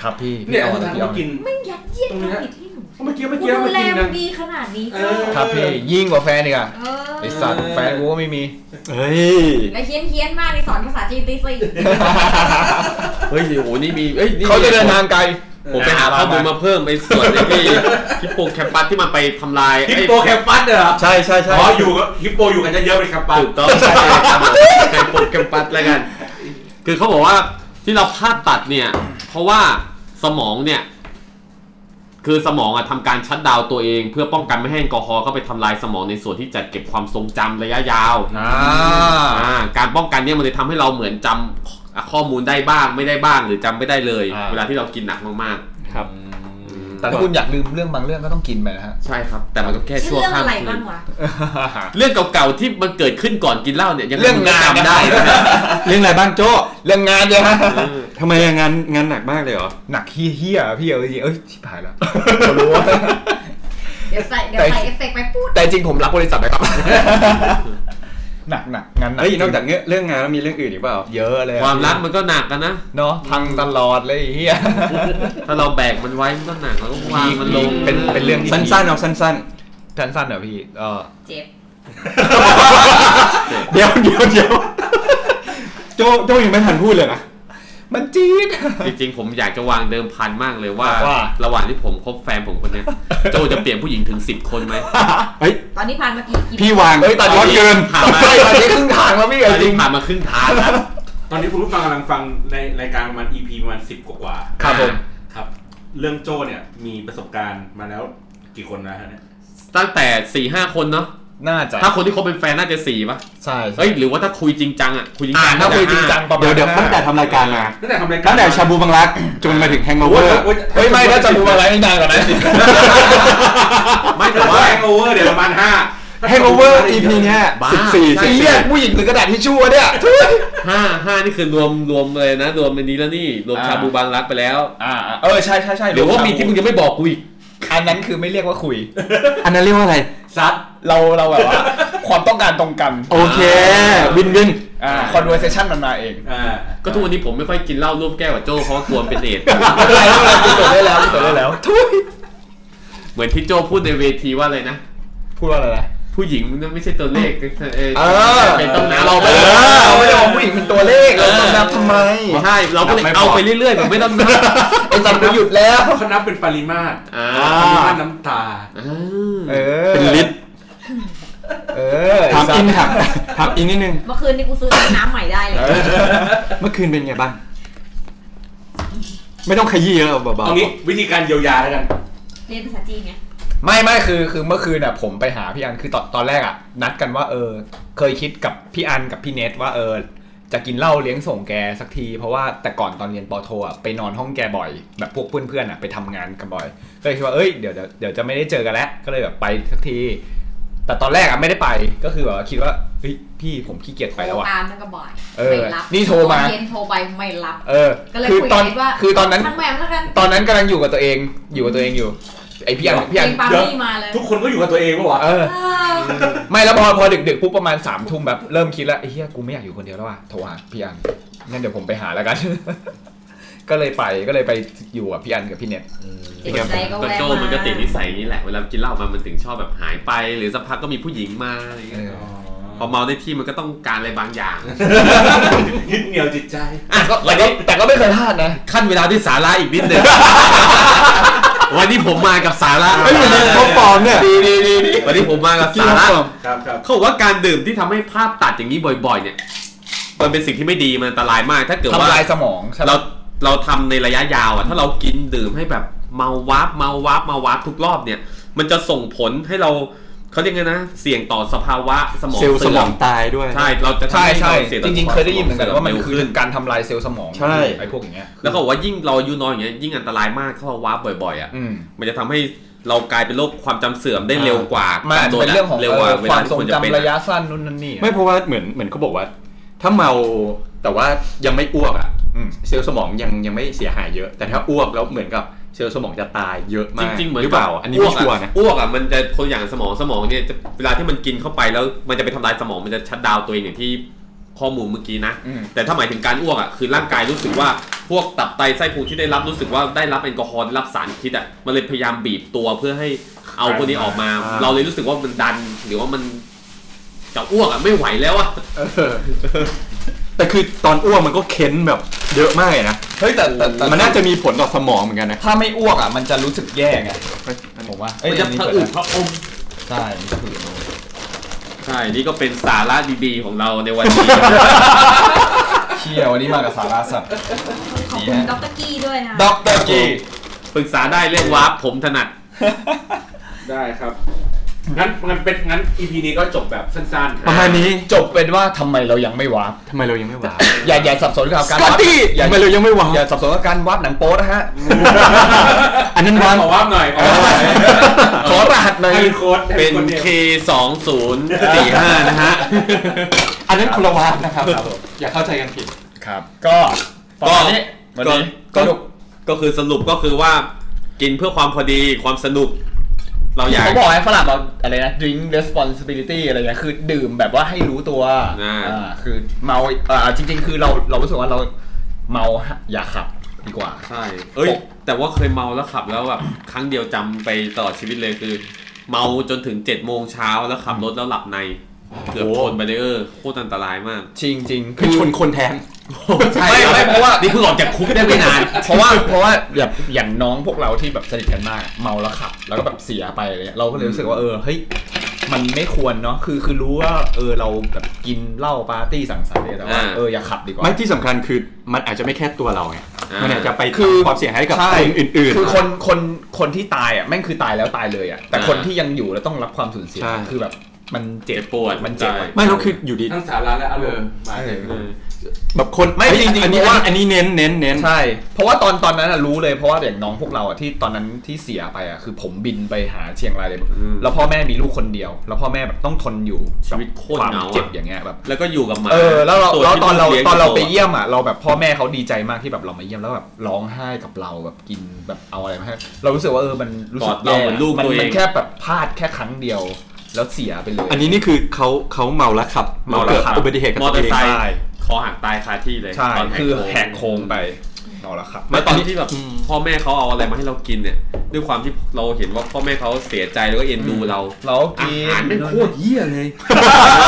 Speaker 2: ครับพี่
Speaker 5: เนี่
Speaker 2: พี่
Speaker 5: ย
Speaker 2: เอา
Speaker 5: คุณ
Speaker 2: เลย
Speaker 5: ทาน
Speaker 2: พี่เอา
Speaker 5: ก็
Speaker 2: เล
Speaker 5: กิ
Speaker 2: ย
Speaker 5: น
Speaker 4: แม่งยัดเยียดความผิดให้หนู
Speaker 5: เมื่อกี้เมื่อ
Speaker 4: กู
Speaker 5: กี้
Speaker 4: ดู
Speaker 5: เมื่อ
Speaker 4: แล
Speaker 5: กี้
Speaker 4: มั
Speaker 5: นะ
Speaker 4: นดีขนาดนี้
Speaker 5: เอ
Speaker 4: เจ้า
Speaker 5: อ
Speaker 2: ครับพี่ยิ่งกว่าแฟนอีกอะ
Speaker 4: เอ
Speaker 2: ไอ
Speaker 4: อ
Speaker 2: สัตว์แฟนกูก็ไม่มี
Speaker 1: เฮ้ย
Speaker 4: แล้วเฮี้ยนเฮี้ยนๆมากในสอนภาษาจีนตีสี่
Speaker 3: เฮ้ยโอ้โหนี่มีเอ้ยนี่
Speaker 2: เขาจะเดินทางไกล
Speaker 3: ผมไปหาข้อมูลมาเพิ่มไปส่วนไอ้ที่ฮิปโปแคมปัสที่มันไปทำลายไอ้
Speaker 5: ฮิปโปแคมปัสเหรอ
Speaker 2: ใช่ใช่ใช่
Speaker 5: อ๋ออยู่กับฮิปโปอยู่กันเยอะๆเป็นแคมปัส
Speaker 3: ถูกต้องใช่ครับผมฮิปโปแคมปัสแล้วกัน คือเขาบอกว่าที่เราผ่าตัดเนี่ย เพราะว่าสมองเนี่ย คือสมองอะทำการชัดดาวน์ตัวเอง เพื่อป้องกันไม่ให้แอลกอฮอล์เข้าไปทำลายสมองในส่วนที่จัดเก็บความทรงจำระยะยาว
Speaker 2: อ่า
Speaker 3: อ่าการป้องกันเนี่ยมันเลยทำให้เราเหมือนจำข้อมูลได้บ้างไม่ได้บ้างหรือจำไม่ได้เลย
Speaker 2: อ่า
Speaker 3: เวลาที่เรากินหนักมาก
Speaker 1: ครับ
Speaker 3: ๆ
Speaker 2: แต่ถ้าคุณอยากลืมเรื่องบางเรื่องก็ต้องกินไปนะฮะ
Speaker 3: ใช่ครับ แต่มันก็แค่
Speaker 4: ชื่อเรื่อง
Speaker 3: ชั่วข้าม
Speaker 4: อะไร
Speaker 3: คื
Speaker 4: บ้าน งวะ
Speaker 3: เรื่องเก่าๆที่มันเกิดขึ้นก่อนกินเหล้าเนี่ยยัง
Speaker 2: เรื่องงาน
Speaker 3: จำได้นะ
Speaker 1: เรื่องอะไรบ้างโจ้
Speaker 2: เรื่องงานเนี่ยฮะ
Speaker 3: เออ
Speaker 1: ทำไมงานงานหนักมากเลยเหรอ
Speaker 2: หนักเฮี้ยๆอะพี่เอาจริงๆเอ้ยชิบหายแล้วรู้ว่า
Speaker 4: เดี๋ยวใส่เดี๋ยวใส่เอฟเฟกต์ไปพูด
Speaker 2: แต่จริงผมรักบริษัทนะครับ หนักหนักงานหนัก
Speaker 1: เฮ้ยนอกจากเนี้ยเรื่องงานแล้วมีเรื่องอื่นอีกเปล่า
Speaker 2: เยอะเลย
Speaker 3: ความรักมันก็หนักกันนะ
Speaker 2: เนาะพังตลอดเลยไอ้เฮีย
Speaker 3: ถ้าเราแบกมันไว้มันก็หนักเราก็วางมันลง
Speaker 2: เป็นเป็นเรื่องที่
Speaker 1: สั้นๆเอาสั้น
Speaker 2: สั้นๆเหรอพี่เออ
Speaker 4: เจ็บ
Speaker 1: ๆ เดี๋ยวเดี๋ยวเดี๋ยวโจ้โจ้ยังไม่ทันพูดเลยนะ
Speaker 2: มันจี๊ด
Speaker 3: จริงๆผมอยากจะวางเดิมพันมากเลยว่า
Speaker 2: ว่า
Speaker 3: ระหว่างที่ผมคบแฟนผมคน เนี้ยโจจะเปลี่ยนผู้หญิงถึงสิบคนไหม
Speaker 1: เฮ้ย
Speaker 4: ตอนนี้ผ่านมากี่กี่
Speaker 1: พี่วาง
Speaker 2: เฮ้ยตอนนี้
Speaker 1: ร้เกิน
Speaker 3: ผ่านมา
Speaker 2: ไม่ตอนนี้ครึ่งทางแล้วพี่
Speaker 3: ต
Speaker 2: เอา
Speaker 3: อน
Speaker 2: จริ
Speaker 3: นี้
Speaker 2: ง
Speaker 3: ผ่านมาครึ่งทางแล้ว
Speaker 5: ตอนนี้คุณผู้ฟังกำลังฟังในรายการประมาณ EP ประมาณสิบกว่าๆ
Speaker 3: ครับผม
Speaker 5: ครับ เรื่องโจ้เนี่ยมีประสบการณ์มาแล้วกี่คนนะฮะเนี่ย
Speaker 3: ตั้งแต่สี่ห้าคนเนาะ
Speaker 2: น่าจะ
Speaker 3: ถ้าคนที่คบเป็นแฟนน่าจะสี่ป่ะ
Speaker 2: ใช่
Speaker 3: เอ้ย หรือว่าถ้าคุยจริงจังอ่ะ คุยจริง
Speaker 2: อ่า
Speaker 3: จัง
Speaker 2: ถ้าคุยจริงจังประมา
Speaker 1: เดี๋ย
Speaker 2: ณ
Speaker 1: วเดี๋ยวตั้งแต่ทำรายการมา
Speaker 5: ตั้งแต่ทำรายการ
Speaker 1: ตั้งแต่ชาบูบังรัก จนมาถึงแฮง g อ v
Speaker 5: โอ้
Speaker 1: e
Speaker 5: ย
Speaker 1: r
Speaker 5: โอ้ย
Speaker 2: เฮ้ยไม่ถ้าจะดูอะไรให้นานกว่านั้นสิ
Speaker 3: ไม่
Speaker 5: แต่
Speaker 3: แต่
Speaker 5: ว่า
Speaker 3: ว่า
Speaker 5: แฮงโอเวอร์เดี๋ยวประมาณห้า
Speaker 1: แฮง g อ v เ r อร์ EP เนี้ย
Speaker 3: บ้า
Speaker 1: สิบสี่
Speaker 3: ใช่
Speaker 1: สิบ
Speaker 2: ไอ้เฮี
Speaker 1: สี่
Speaker 2: ยผู้หญิงหรือกระดาษทิชชู่วะเนี่ยทุย
Speaker 3: ห้าห้านี่คือรวมรวมเลยนะ รวมในนี้แล้วนี่ รวมชาบูบางรักไปแล้ว
Speaker 2: อ่าเออใช่ใช่ใช่
Speaker 3: หรือว่ามีที่มึงยังไม่บอกกูอีก
Speaker 2: อันนั้นคือไม่เรียกว่าคุย
Speaker 1: อันนั้นเรียกว่าอะไร
Speaker 2: ซัดเราเราแบบว่า ความต้องการตรงกัน
Speaker 1: โอเค
Speaker 3: อ่า
Speaker 1: วินวิน
Speaker 2: อ่า conversation มันมาเอง
Speaker 5: อ่า
Speaker 3: ก็ทุกวันนี้ผมไม่ค่อยกินเหล้ารูปแก้วกับโจ้เพราะว่ากลัวเป็นเอดส์
Speaker 2: ไม่เป็นไรไม่เป็นไรกูเกิดได้แล้วกูเกิดได้แล้วทุย
Speaker 3: เหมือนที่โจ้พูดในเวทีว่าอะไรนะ
Speaker 2: พูดว่าอะไรนะ
Speaker 3: ผู้หญิงมันไม่ใช่ตัวเลขเออ
Speaker 2: เออ
Speaker 3: เป็นต้องนับ
Speaker 1: เราไม่
Speaker 3: เออ
Speaker 2: เราไม่ได้มองผู้หญิงเป็นตัวเลขเราต้องนับทำไม
Speaker 3: ใช่ เราก็เลยเอาไปเรื่อยๆแบบไม่ต้องนั บ
Speaker 2: ไอ้สัตว์กูหยุดแล้ว
Speaker 5: เขานับเป็นปริมาตร
Speaker 3: อ่า
Speaker 5: ปริมาตรน้ำตา
Speaker 3: อ่า
Speaker 2: เออ
Speaker 1: เป็นลิตร
Speaker 2: เออ
Speaker 1: ถามอินถามถามอินนิดนึง
Speaker 4: เมื่อคืนนี่กูซื้อน้ำใหม่ได้เลย
Speaker 1: เมื่อคืนเป็นไงบ้าง ไม่ต้องขยี้เยอะเอาเบา
Speaker 5: เอางี้วิธีการเยียวยาแล้วกัน
Speaker 4: เรียนภาษาจีนไง
Speaker 2: ไม่ไม่คือคือเมื่อคืนอ่ะผมไปหาพี่อันคือตอนตอนแรกอ่ะ นัดกันว่าเออ เคยคิดกับพี่อันกับพี่เนทว่าเออ จะกินเหล้าเลี้ยงส่งแกสักที เพราะว่าแต่ก่อนตอนเรียนปอโทอ่ะไปนอนห้องแกบ่อย แบบพวกเพื่อนๆอ่ะไปทำงานกันบ่อยก็เลยคิดว่าเอ้ยเดี๋ยวเดี๋ยวเดี๋ยวจะไม่ได้เจอกันแล้ว ก็เลยแบบไปสักที แต่ตอนแรกอ่ะไม่ได้ไปก็คือแบบว่าคิดว่าเฮ้ยพี่ผมขี้เกียจไปแล้วอ่ะ
Speaker 4: โทรตามนั่นก็บ่อย
Speaker 2: เออ
Speaker 4: ไม่รับ
Speaker 2: นี่โทรมา
Speaker 4: ตอเย็นโทรไปไม่รับ
Speaker 2: เออ
Speaker 4: ก็เลย
Speaker 2: คือ
Speaker 4: คุย
Speaker 2: ต
Speaker 4: กั
Speaker 2: อบ น
Speaker 4: นิดว่า
Speaker 2: คือตอนนั้น
Speaker 4: ช่างแหวมแล้วกัน
Speaker 2: ตอนนั้นกำลังอยู่กับตัวเองอยู่กับตัวเองอยู่ ไอพี่อัน
Speaker 4: เพ
Speaker 2: พี่
Speaker 4: ล
Speaker 2: อัน
Speaker 4: งปา
Speaker 5: เดี๋ยว
Speaker 4: ร์ตี้มาเลย
Speaker 5: ทุกคนก็อยู่กับตัวเองปะวะ
Speaker 2: เออ
Speaker 4: เออ
Speaker 2: ไม่แล้วพอพอดึกๆปุ๊บประมาณ3ามทุ่มแบบเริ่มคิดแล้วไอ้เฮียกูไม่อยากอยู่คนเดียวแล้วอ่ะโทรหาพี่อันงั้นเดี๋ยวผมไปหาแล้วกัน ก็เลยไปก็เลยไปอยู่กับพี่อันกับพี่เน็ต
Speaker 4: จิตใจก็
Speaker 3: ก็
Speaker 4: แวะ
Speaker 3: โจมันก็ติดนิ
Speaker 4: มา
Speaker 3: สัยอย่างนี้แหละ เวลากินเหล้ามามันถึงชอบแบบหายไป หรือสักพักก็มีผู้หญิงมาอะไรอย่างเงี้ย
Speaker 2: เออ
Speaker 3: พอเมาได้ที่มันก็ต้องการอะไรบางอย่าง
Speaker 5: ยึดเหนี่ยวจิตใจ
Speaker 3: อ่ะก็
Speaker 2: แต่
Speaker 3: วัน
Speaker 2: ก็
Speaker 3: นี้
Speaker 2: แต่ก็ไม่เคยพลาดนะ
Speaker 3: ขั้นเวลาที่สาระอีกนิดหนึ่ง วันนี้ผมมากับสาระ
Speaker 1: ๆเฮ้ยเหมือนในท็อปฟอร์มเนี่ย
Speaker 2: ดีดีดีดี
Speaker 3: วันนี้ผมมากับสาระ
Speaker 5: ครับครับ
Speaker 3: เขาบอกว่าการดื่มที่ทำให้ภาพตัดอย่างนี้บ่อย ๆ เนี่ย มันเป็นสิ่งที่ไม่ดีมันอันตรายมาก ถ้าเกิดว่า
Speaker 2: ทำลายสมองใช่ไหม
Speaker 3: เราเราทำในระยะยาวอ่ะ ถ้าเรากินดื่มให้แบบเมาวับเมาวับเมาวับทุกรอบเนี่ย มันจะส่งผลให้เราเขาเรียกไงนะ เสี่ยงต่อสภาวะสมอง
Speaker 1: เซลล์สม
Speaker 3: เสื่
Speaker 1: อ
Speaker 3: ม
Speaker 1: งตายด้วย
Speaker 3: ใช่ เราจะทำ
Speaker 2: ใช่
Speaker 3: ห้
Speaker 2: ใช่
Speaker 3: เราสี่ต่
Speaker 2: จ
Speaker 3: อ
Speaker 2: ริง ๆ เคยได้ยินเหมือนกันว่ามัน
Speaker 3: สื่
Speaker 2: คือการทำลายเซลล์สมอง
Speaker 1: ใช่
Speaker 2: ไอพวกอย่างเงี้ย
Speaker 3: แล้วเขาบอกว่ายิ่งเราอายุน้อยอย่างเงี้ยยิ่งอันตรายมากถ้าเราวับบ่อยๆอ่ะ
Speaker 2: อืม
Speaker 3: มันจะทำให้เรากลายเป็นโรคความจำเสื่อมได้เร็วกว่า
Speaker 2: มันอาจจะเป็นเรื่องของ
Speaker 3: เร็วกว่า
Speaker 2: เอ่อ
Speaker 3: เว
Speaker 2: ควา
Speaker 3: ลาม ที่
Speaker 2: ทรง
Speaker 3: ควรจะเป็น
Speaker 2: จำระ
Speaker 3: อะ
Speaker 2: ยะสั้นนู่นนั่นนี่
Speaker 1: ไม่เพราะว่าเหมือนเหมือนเขาบอกว่า ถ้าเมาแต่ว่ายังไม่อ้วกอ่ะ
Speaker 2: อืม
Speaker 1: เซลล์สมองยังยังไม่เสียหายเยอะ แต่ถ้าอ้วกแล้วเหมือนกับเซลล์สมองจะตายเยอะ
Speaker 3: จ
Speaker 1: มาก
Speaker 3: ริง ๆ เหมือน
Speaker 1: หรือเปล่า อันนี้ไม่ชัวร์นะ
Speaker 3: อ้วกอ่ะมันจะคนอย่างสมองสมองเนี่ยจะเวลาที่มันกินเข้าไปแล้วมันจะไปทำลายสมองมันจะชัดดาวน์ตัวเองอย่างที่ข้อมูลเมื่อกี้นะ
Speaker 2: อืม
Speaker 3: แต่ถ้าหมายถึงการอ้วกอ่ะคือร่างกายรู้สึกว่าพวกตับไตไส้พุงที่ได้รับรู้สึกว่าได้รับแอลกอฮอล์ได้รับสารพิษอ่ะมันเลยพยายามบีบตัวเพื่อให้เอาพวกนี้ออกมา
Speaker 1: อ่า
Speaker 3: เราเลยรู้สึกว่ามันดัน หรือว่ามันจะอ้วกอ่ะไม่ไหวแล้วอ่ะ
Speaker 1: แต่คือตอนอ้วกมันก็เค้นแบบเยอะมากเลยนะ
Speaker 2: เฮ้ยแต่แต่แต่
Speaker 1: มันน่าจะมีผลต่อสมองเหมือนกันนะ
Speaker 2: ถ้าไม่อ้วกอ่ะมันจะรู้สึกแย่ไงผมว่าเอ้ย
Speaker 3: มันจะ
Speaker 2: อันนี้
Speaker 3: ผะ
Speaker 2: เปิ
Speaker 3: อึ
Speaker 2: ด
Speaker 3: ผะอม
Speaker 2: ใช่มันจะผะ อึ
Speaker 3: ใช่ นี่ก็เป็นสาระดีๆของเราในวัน นี้
Speaker 2: เชี่ยวันนี้มากับสาระสัตว์
Speaker 4: ขอบคุณดรกี้ด้วยนะ
Speaker 2: ด็อกเตอร์จี
Speaker 3: ปรึกษาได้เรื่องวาร์ปผมถนัด
Speaker 5: ได้ครับ งั้นงั้นเป็นงั้น EP นี้ก็จบแบบสั้นๆ
Speaker 1: ประมาณนี้
Speaker 2: จบเป็นว่าทำไมเรายังไม่วาร์ป
Speaker 1: ทำไมเรายังไม่วาร์ป
Speaker 2: อย่าอย่าสับสนกับการ
Speaker 1: ส
Speaker 2: วาร์ป
Speaker 1: กอตตี้
Speaker 2: อย่า
Speaker 1: ทำไมเรายังไม่วาร์
Speaker 2: อย่า
Speaker 1: ป
Speaker 2: สับสนกับการวาร์ปหนังโป๊นะฮะ
Speaker 1: อันนั้นวาร์ป
Speaker 5: ขอว่าหน่อยขอว่าหน่อย
Speaker 2: ขอรหัสหน่อย
Speaker 5: ให้เป็นโค้ดให้
Speaker 3: เป็น
Speaker 5: คนเดียว
Speaker 3: K 2 0 4 5นะฮะ
Speaker 1: อันนั้นคนละวาร์ปนะครับ อย่าเข้าใจกันผิด
Speaker 2: ครับ ก็ก็
Speaker 3: ก็
Speaker 2: วันนี้
Speaker 3: ก็
Speaker 2: ก็นุก
Speaker 3: ก็คือสรุปก็คือว่า กินเพื่อความพอดีความสนุก เราอยาก
Speaker 2: เขาบอกให้ฝรั่งบอกอะไรนะ drink responsibility อะไรเงี้ยคือดื่มแบบว่าให้รู้ตัว
Speaker 3: อ่า
Speaker 2: อ่าคือเมาอ่าจริง ๆ คือเราเรารู้สึกว่าเราเมาอย่าขับดีกว่า
Speaker 3: ใช่ เอ้ย แต่ว่าเคยเมาแล้วขับแล้วแบบครั้งเดียวจำไปตลอดชีวิตเลยคือ เมาจนถึง7จ็ดโมงเช้าแล้วขับรถแล้วหลับใน เกือบชนบารีเออร์โคตรอันตรายมาก
Speaker 2: จริงๆ
Speaker 1: คือชนคนแทน
Speaker 2: ไม่ไม่เพราะว่า
Speaker 3: นี่เพิ่งออกจากคุกได้ไม่นาน
Speaker 2: เพราะว่าเพราะว่าแบบอย่างน้องพวกเราที่แบบสนิทกันมากเมาแล้วขับ แล้วก็แบบเสียไปอะไรเลยเราก็เลยรู้สึกว่าเออเฮ้ยมันไม่ควรเนาะคือคือรู้ว่าเออเราแบบกินเหล้าปาร์ตี้สังสรรค์เนี่ยแต่ว่า
Speaker 3: อ่า
Speaker 2: เอออย่าขับดีกว่า
Speaker 1: ไม่ที่สำคัญคือมันอาจจะไม่แค่ตัวเราไง
Speaker 3: อ่ามั
Speaker 1: มันอาจจะไป
Speaker 2: คือ
Speaker 1: ทำความเสียหายให้กับคนอื่น
Speaker 2: คือคนคนคนที่ตายอ่ะแม่งคือตายแล้วตายเลยอ่ะแต่
Speaker 3: อ่า
Speaker 2: คนที่ยังอยู่แล้วต้องรับความสูญเสีย
Speaker 1: ใช่
Speaker 2: คือแบบมันเจ็บ
Speaker 3: เจ็บปวด
Speaker 2: มันเจ็บอะ
Speaker 3: ใช่
Speaker 1: ๆ ไม่เราคืออยู่ดี
Speaker 5: ทั้งสาระและอารมณ์มาเลย
Speaker 3: เออ
Speaker 1: แบบคน
Speaker 2: ไม่
Speaker 1: เฮ้ย
Speaker 2: จริงๆ
Speaker 1: อันนี้
Speaker 2: เพราะว่า
Speaker 1: อันนี้เน้นเน้นเน้น
Speaker 2: ใช่ เพราะว่าตอนตอนนั้นอะรู้เลยเพราะว่าอย่างน้องพวกเราอะที่ตอนนั้นที่เสียไปอะคือผมบินไปหาเชียงรายเลย
Speaker 3: อืม
Speaker 2: แล้วพ่อแม่มีลูกคนเดียว แล้วพ่อแม่แบบต้องทนอยู่
Speaker 3: ชีวิตโคตร
Speaker 2: ความ
Speaker 3: เหงาอะ
Speaker 2: เจ็บอย่างเงี้ยแบบ
Speaker 3: แล้วก็อยู่กับหมา
Speaker 2: เออแล้วเรา
Speaker 3: ตัว
Speaker 2: แล้ว
Speaker 3: ที่
Speaker 2: ตอนเรา
Speaker 3: ลี้ยง
Speaker 2: ตอนเราไป
Speaker 3: ยู่
Speaker 2: เยี่ยมอะเราแบบพ่อแม่เขาดีใจมากที่แบบเรามาเยี่ยมแล้วแบบร้องไห้กับเราแบบกินแบบเอาอะไรมาให้เรารู้สึกว่าเออมันรู้สึก
Speaker 3: กอดเรา
Speaker 2: แย่
Speaker 3: เหมือนลูก
Speaker 2: มัน
Speaker 3: ตัวเอง
Speaker 2: มันแค่แบบพลาดแค่ครั้งเดียว แล้วเสียไปเลย
Speaker 1: อันนี้นี่คือเขาเขาเมาแล้วขับ
Speaker 2: เมาแล้ว
Speaker 1: เกิด
Speaker 2: ขับ
Speaker 1: อุบัติเหตุกับ
Speaker 3: มอ
Speaker 1: ตัว
Speaker 3: เตอ
Speaker 1: เอ
Speaker 3: ร์
Speaker 1: ง
Speaker 3: ไซค์
Speaker 2: ใช่
Speaker 3: คอหักตายคาที่เลย
Speaker 2: ใช่
Speaker 3: ตนหก
Speaker 2: คือ
Speaker 3: โง
Speaker 2: แหกโค้งไปนอนแล้วครับ
Speaker 3: แล้วตอนที่แบบ
Speaker 1: อืม
Speaker 3: พ่อแม่เขาเอาอะไรมาให้เรากินเนี่ย ด้วยความที่เราเห็นว่าพ่อแม่เขาเสียใจแล้วก็เอ็นดูเรา
Speaker 2: เรา
Speaker 3: อา
Speaker 2: กิน
Speaker 3: หารเป็นโคตรเยี่ยเลย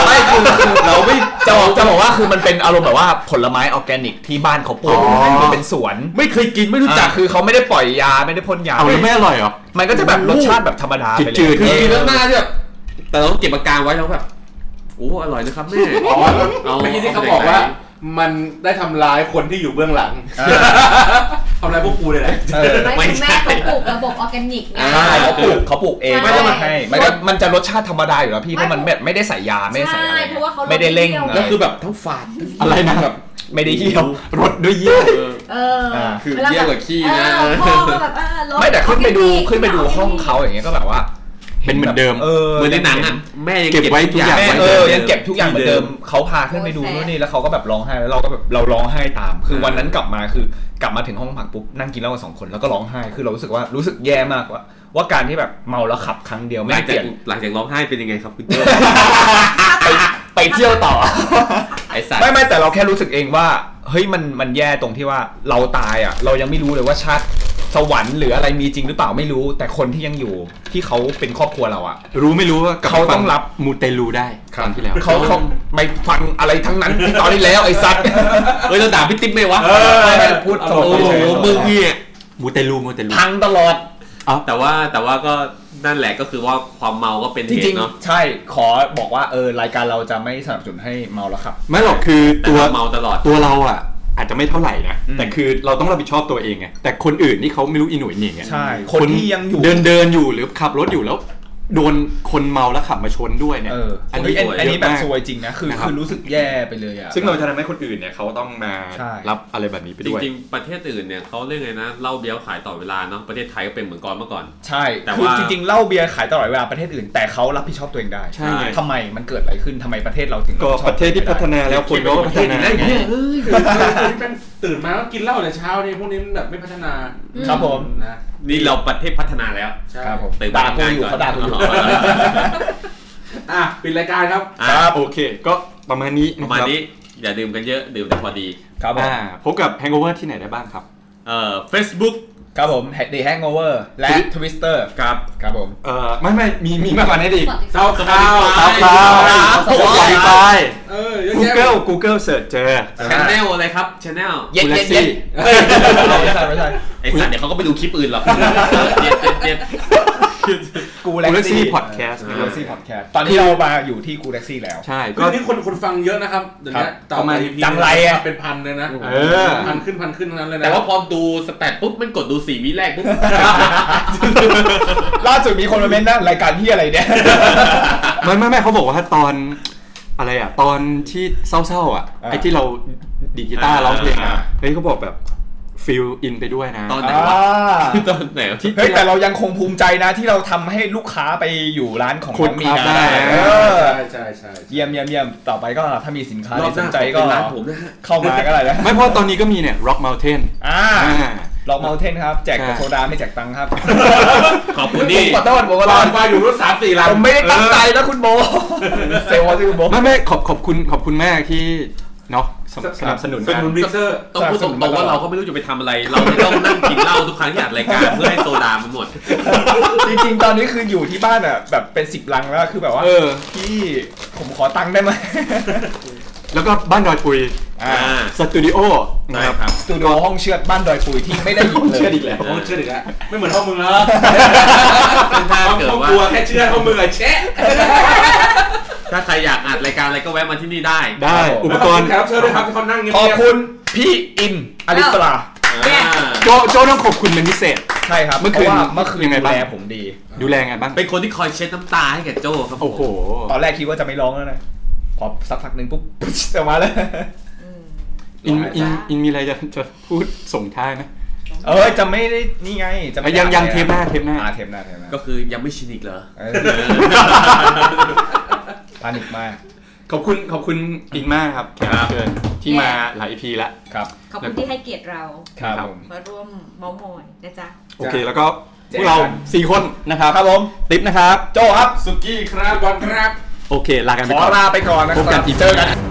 Speaker 2: ไม่คือคือเราไม่จะบอกจะบอกว่าคือมันเป็นอารมณ์แบบว่าผลไม้ออร์แกนิกที่บ้านเขาปลูก
Speaker 1: อ๋อ
Speaker 2: มันเป็นสวน
Speaker 3: ไม่เคยกินไม่รู้
Speaker 2: จา
Speaker 3: จั
Speaker 2: ก
Speaker 3: ก
Speaker 2: คือเขาไม่ได้ปล่อยยาไม่ได้พ่นยา
Speaker 1: เอาแล้วไม่อร่อยเหรอ
Speaker 2: มันก็จะแบบรสชาติแบบธรรมดาไปเลย
Speaker 1: จืดๆ
Speaker 2: เออ
Speaker 3: มีเรื่องหน้าที่แบบแต่เราต้องเก็บอาการไว้แล้วแบบโอ้อร่อยนะครับแม่
Speaker 5: อ๋อเมื่อกี้ที่เขาบอกว่า มันได้ทำร้ายคนที่อยู่เบื้องหลังทำร้ายพวกกูเลยแหละ
Speaker 2: เออ
Speaker 4: ไม่คุณแม่เขาปลูกระบบออร์แกนิกไง
Speaker 2: ใช่เขาปลูกเขาปลูกเอง
Speaker 4: ไม่ต้องมา
Speaker 2: ให้มันก็มันจะรสชาติธรรมดาอยู่แล้วพี่เพราะมันไม่ไม่ได้ใส่ยาไม่ได้ใส่อะไร
Speaker 4: ใช่เพราะว่าเขาลด
Speaker 2: ไม่ได้เร่ง
Speaker 4: เที่ยว
Speaker 2: อะไร
Speaker 3: แล้วคือแบบทั้งฝาดทั้ง
Speaker 1: อะไรนะแบบ
Speaker 2: ไม่ได้เที่ยว
Speaker 1: รถด้วยเยี่ย
Speaker 3: เออ
Speaker 4: เออ
Speaker 2: อ่า
Speaker 3: คือ
Speaker 4: วลา
Speaker 3: เยี่ยมกว่าขี้นะ
Speaker 4: เออพ่อก็แบบเออลด
Speaker 2: ไม่แต่ขึ้นไปดู
Speaker 4: organic
Speaker 2: ขึ้นไปดูห้องเขาอย่างเงี้ยก็แบบว่า
Speaker 1: เป็นเหมือนเดิม
Speaker 2: เออ
Speaker 3: เหมือนในหนังอ่ะแม่ยัง
Speaker 1: เก็บไว้ทุกอย่าง
Speaker 2: แม่
Speaker 3: ไว้
Speaker 2: เออ
Speaker 3: หมืนดิม
Speaker 2: ยังเก็บทุกอย่างเหมือนเดิมเขาพาขึ้นไปดู
Speaker 4: โอ้
Speaker 2: นู่
Speaker 4: ยแสบ
Speaker 2: นนี่แล้วเขาก็แบบร้องไห้แล้วเราก็แบบเราร้องไห้ตาม คือวันนั้นกลับมาคือกลับมาถึงห้องพักปุ๊บนั่งกินเหล้ากันสองคนแล้วก็ร้องไห้คือเรารู้สึกว่ารู้สึกแย่มากว่า ว่าการที่แบบเมาแล้วขับครั้งเดียว
Speaker 3: ห
Speaker 2: ไม่
Speaker 3: ลัง
Speaker 2: เป
Speaker 3: จา
Speaker 2: ลี่ยน
Speaker 3: กหลังจากร้องไห้เป็นยังไงครับคุณโจ
Speaker 2: ไปเที่ยวต่อ
Speaker 3: ไอสัตว์
Speaker 2: ไม่ไม่แต่เราแค่รู้สึกเองว่าเฮ้ยมันมันแย่ตรงที่ว่าเราตายอ่ะ เรายังไม่รู้เลยว่าชาติสวรรค์หรืออะไรมีจริงหรือเปล่าไม่รู้ แต่คนที่ยังอยู่ที่เขาเป็นครอบครัวเราอ่ะ
Speaker 1: รู้ไม่รู้ว่ากลั
Speaker 2: เขาต้องรับ
Speaker 1: มูเตลูได้ตอนที่แล้ว
Speaker 2: เขาเขาไม่ฟังอะไรทั้งนั้นที่ตอนที่แล้วไอ้สัตว์
Speaker 3: เฮ้ยเราด่าพี่ติ๊บไหมวะ
Speaker 5: เออ
Speaker 2: ไม่ไม่พูดตรง
Speaker 3: โอ้โหมึงเนี่ย
Speaker 1: มูเตลูมูเตลู
Speaker 2: พังตลอด
Speaker 3: แต่ว่าแต่ว่าก็นั่นแหละก็คือว่าความเมาก็เป็นเห
Speaker 2: จริ
Speaker 3: ตุ
Speaker 2: ง
Speaker 3: เนาะ
Speaker 2: ๆ ใช่ ขอบอกว่าเออรายการเราจะไม่สนับสนุนให้เมาแล้วครับ
Speaker 1: ไม่หรอกคือ
Speaker 3: แต่
Speaker 1: ตัว
Speaker 3: เราเมาตลอด
Speaker 1: ตัวเราอ่ะ อาจจะไม่เท่าไหร่นะ
Speaker 2: อืม
Speaker 1: แต่คือเราต้องรับผิดชอบตัวเองไงแต่คนอื่นนี่เขาไม่รู้อีหนุ่ยหนิงไง
Speaker 2: คนที่ยังอยู่
Speaker 1: เดินเดินอยู่หรือขับรถอยู่แล้ว โดนคนเมาแล้วขับมาชนด้วยเนี่ย
Speaker 2: เอออันนี้
Speaker 1: เยะ
Speaker 2: อันนี้แบบ
Speaker 1: มาก
Speaker 2: ซวยจริงนะ คือ
Speaker 1: นะครับ
Speaker 2: คือรู้สึกแย่ไปเลยอ่ะ
Speaker 1: ซึ่งเราจะทำให้คนอื่นเนี่ยเขาต้องมา
Speaker 2: ใช่
Speaker 1: รับอะไรแบบนี้ไป
Speaker 3: จ
Speaker 1: ด้วย
Speaker 3: ริง ๆ ประเทศอื่นเนี่ยเขาเรียกไงนะเหล้าเบียร์ขายต่อเวลาเนาะประเทศไทยก็เป็นเหมือนก่อนเมื่อก่อน
Speaker 2: ใช่
Speaker 3: แต่
Speaker 2: คือ
Speaker 3: ว่า
Speaker 2: จริงๆเหล้าเบียร์ขายตลอดเวลาประเทศอื่น แต่เขารับผิดชอบตัวเองได้
Speaker 1: ใช่ไง
Speaker 2: ทำไมมันเกิดอะไรขึ้นทำไมประเทศเราถึง
Speaker 1: ก็ประเทศที่พัฒนาแล้วคนก็พัฒนา
Speaker 3: ได้เนี่ยเออ
Speaker 5: ตื่นมาก็กินเหล้าแต่เช้าเนี่ยพวกนี้มันแบบไม่พัฒนา
Speaker 4: อืม
Speaker 2: ครับผม
Speaker 5: นะ
Speaker 3: นี่เราประเทศพัฒนาแล้ว
Speaker 5: ใช่
Speaker 2: ครับผม
Speaker 3: ตื่นม
Speaker 2: ด่ากู
Speaker 3: ทำงน
Speaker 2: อยู่
Speaker 3: น
Speaker 2: เขาด่ากูอยู่
Speaker 5: อ่ะปิดรายการครับ
Speaker 3: อ่ะ
Speaker 1: ครับโอเค ก็ประมาณนี้
Speaker 3: ป
Speaker 1: นะ
Speaker 3: ระมาณ
Speaker 1: ครับ
Speaker 3: นี้อย่าดื่มกันเยอะดื่มแต่พอดี
Speaker 2: ครับผม
Speaker 1: อ่าพบกับ Hangover ที่ไหนได้บ้างครับ
Speaker 3: เอ่อ Facebook
Speaker 2: ครับผม The Hangover และ Twister
Speaker 3: ครับ
Speaker 2: ครับผม
Speaker 1: เออไม่ไม่มีมีมากกว่านี้ดิ
Speaker 5: เศร้าข้าว
Speaker 1: ครั
Speaker 5: เศา
Speaker 1: บครับ
Speaker 5: ข้าว
Speaker 2: โอ้โห
Speaker 1: Spotify
Speaker 5: เออเยอะแยะ
Speaker 1: Google Google search เจอ
Speaker 3: ชแนลอะไรครับชแนล
Speaker 2: เย็ดเย็ด
Speaker 1: Galaxy
Speaker 2: เย็ดไม่ใช่ไม่ใช่
Speaker 3: ไอ้สัตว์เดี๋ยวเขาก็ไปดูคลิปอื่นหรอกเย็ดเย็ดเย็ด
Speaker 2: กู
Speaker 1: Galaxy Podcast
Speaker 2: กูแล็กซี่พอดแคสต์ตอนนี้เรามาอยู่ที่กูแล็กซี่แล้ว
Speaker 1: ใช่
Speaker 5: ก็
Speaker 1: ก็
Speaker 5: นี่คนคนฟังเยอะนะครับเดี๋ยว
Speaker 1: ครั
Speaker 5: นี้
Speaker 1: บ
Speaker 5: ต่อ
Speaker 1: ประมาณ
Speaker 5: ป
Speaker 2: จังไรอะ
Speaker 5: เป็นพันเลยนะ
Speaker 1: เออ
Speaker 5: พันขึ้นพันขึ้นทั้งนั้นเลยนะ
Speaker 3: แต่ว่าพอดูสแตทปุ๊บมันกดดูสี่วิแรกปุ๊บ
Speaker 2: ล่าสุดมีคนมาเม้นต์นะรายการที่อะไรเนี่ย
Speaker 1: ไม่ไม่ไม่เขาบอกว่าตอนอะไรอ่ะ ตอนที่เศร้าๆอ่ะ
Speaker 2: อ่า
Speaker 1: ไอ้ที่เราดีดกีตาร์
Speaker 3: อ่า
Speaker 1: ร้องเพลง
Speaker 3: อ่า
Speaker 1: อ่ะเฮ้ยเขาบอกแบบฟิลอินไปด้วยนะ
Speaker 3: ตอนไหนวะ
Speaker 2: อ่า
Speaker 3: ตอนไหนวะ
Speaker 2: เฮ้ยแต่เรายังคงภูมิใจนะที่เราทำให้ลูกค้าไปอยู่ร้านของ
Speaker 1: คน
Speaker 2: น้องมี
Speaker 1: ครับ
Speaker 2: นา
Speaker 1: ได้
Speaker 2: เอ
Speaker 5: ใช่
Speaker 2: อ
Speaker 5: ใช่ใช่
Speaker 2: เยี่ยมเยี่ยมเยี่ยมต่อไปก็ถ้ามีสินค้าร
Speaker 3: อบห
Speaker 2: ส
Speaker 3: น้าน
Speaker 2: ใจก็
Speaker 3: เป็นร้านผมนะฮะ
Speaker 2: เข้ามาก็ได้ นะ
Speaker 1: ไม่เพราะตอนนี้ก็มีเนี่ย Rock Mountain
Speaker 2: อ่า
Speaker 1: อ่า
Speaker 2: ล็อกเมลเทนครับ แจกแต่
Speaker 1: ใช่
Speaker 2: โซดาไม่แจกตังค์ครับ
Speaker 3: ขอบคุณที่
Speaker 2: ผมขอโทษผมก็
Speaker 5: ต
Speaker 2: ร
Speaker 5: อ
Speaker 2: อน
Speaker 5: มาอยู่รุ่นสามสี่ลำ
Speaker 2: ผมไม่ได้ตั้งใจนะคุณโบเซลล์ว่าคุณโบ
Speaker 1: ไม่ไม่ขอบขอบคุณขอบคุณมากที่เนาะสนับสนับสนุน
Speaker 5: ส
Speaker 1: กั
Speaker 5: นับส
Speaker 1: น
Speaker 5: นุนมิกเซอร์
Speaker 3: ต้องพูดตรงๆว่าเราก็ไม่รู้จะไปทำอะไร เราไม่ต้องนั่งกินเหล้าทุกครั้งที่อัดรายการเพื่อให้โซดามันหมด
Speaker 2: จริงๆ ตอนนี้คืออยู่ที่บ้านอ่ะแบบเป็นสิบลังแล้วคือแบบว่า
Speaker 1: เออ
Speaker 2: พี่ผมขอตังค์ได้ไหม
Speaker 1: แล้วก็บ้านดอยปุย
Speaker 2: อ่า
Speaker 1: สตูดิโอนะครับ
Speaker 2: สตูดิโอห้องเชือดบ้านดอยปุยที่ไม่ได้ยินเลย
Speaker 1: เชื่ออีกแล้ว
Speaker 5: ผมเชื่ออีกแล้วไม่เหมือนห้องมึงแล้ว
Speaker 3: ซึ่งถ้าเกิด
Speaker 5: ห้อง
Speaker 3: ว่า
Speaker 5: กลัวแค่เชื่อห้องมึงอะเชะ
Speaker 3: ถ้าใครอยากอัดรายการอะไรก็แวะมาที่นี่ได้
Speaker 1: ได้
Speaker 2: ครับผม
Speaker 1: อุปกรณ์
Speaker 5: แขกรับเชิญด้วยครับที่เขานั่งเงียบ
Speaker 2: ขอบ
Speaker 5: ๆ
Speaker 2: คุณพี่อินอลิสลา
Speaker 3: อ่า
Speaker 1: โจโจต้องขอบคุณเป็นพิเศษ
Speaker 2: ใช่ครับ
Speaker 1: เมื่อคืน
Speaker 2: พราะว่าเมื่อคืน
Speaker 1: ยังไง
Speaker 2: ดู
Speaker 1: บ้าง
Speaker 2: แลผมดี
Speaker 1: ดูแลไงบ้าง
Speaker 3: เป็นคนที่คอยเช็ดน้ำตาให้แก่โจ้ครับผม
Speaker 1: โอ้โห
Speaker 2: ตอนแรกคิดว่าจะไม่ร้องแล้วนะพอสักพักหนึ่งปุ๊บ ออกมาเลย
Speaker 1: อินอินอินมีอะไรจะจะพูดส่งท้ายไหม
Speaker 2: เออจะไม่ได้นี่ไงจะไม่
Speaker 1: อ่ะยัง
Speaker 2: ได้
Speaker 1: ยังเทปหน้าเทปหน้า
Speaker 2: อ่าเทปหน้าเทปหน้า
Speaker 3: ก็คือยังไม่ชินอีกเหรอ
Speaker 2: เอ อพานิกมาก
Speaker 1: ขอบคุณขอบคุณอินมากครับแขก
Speaker 3: ครั
Speaker 1: รับบ เชิญที่มาหลาย EP แล้ว
Speaker 2: ครับ
Speaker 4: ขอบคุณที่ให้เกียรติเรา
Speaker 2: ครับ
Speaker 1: ครับ
Speaker 2: ผม
Speaker 4: มาร่วมเมาส์มอยนะจ๊ะ
Speaker 1: โอเคแล้วก็พวกเรา 4 คนนะครับ
Speaker 2: ครับผม
Speaker 1: ติ๊บนะครับ
Speaker 2: โจครับ
Speaker 5: สุกี้ครับบอลครับ
Speaker 1: โอเค ลากันไป
Speaker 2: ข
Speaker 1: ก่
Speaker 2: อ
Speaker 1: อน
Speaker 2: ลาไปก่อนนะค
Speaker 1: พบกั
Speaker 2: รั
Speaker 1: น
Speaker 2: บ
Speaker 1: อีก
Speaker 2: เจอกัน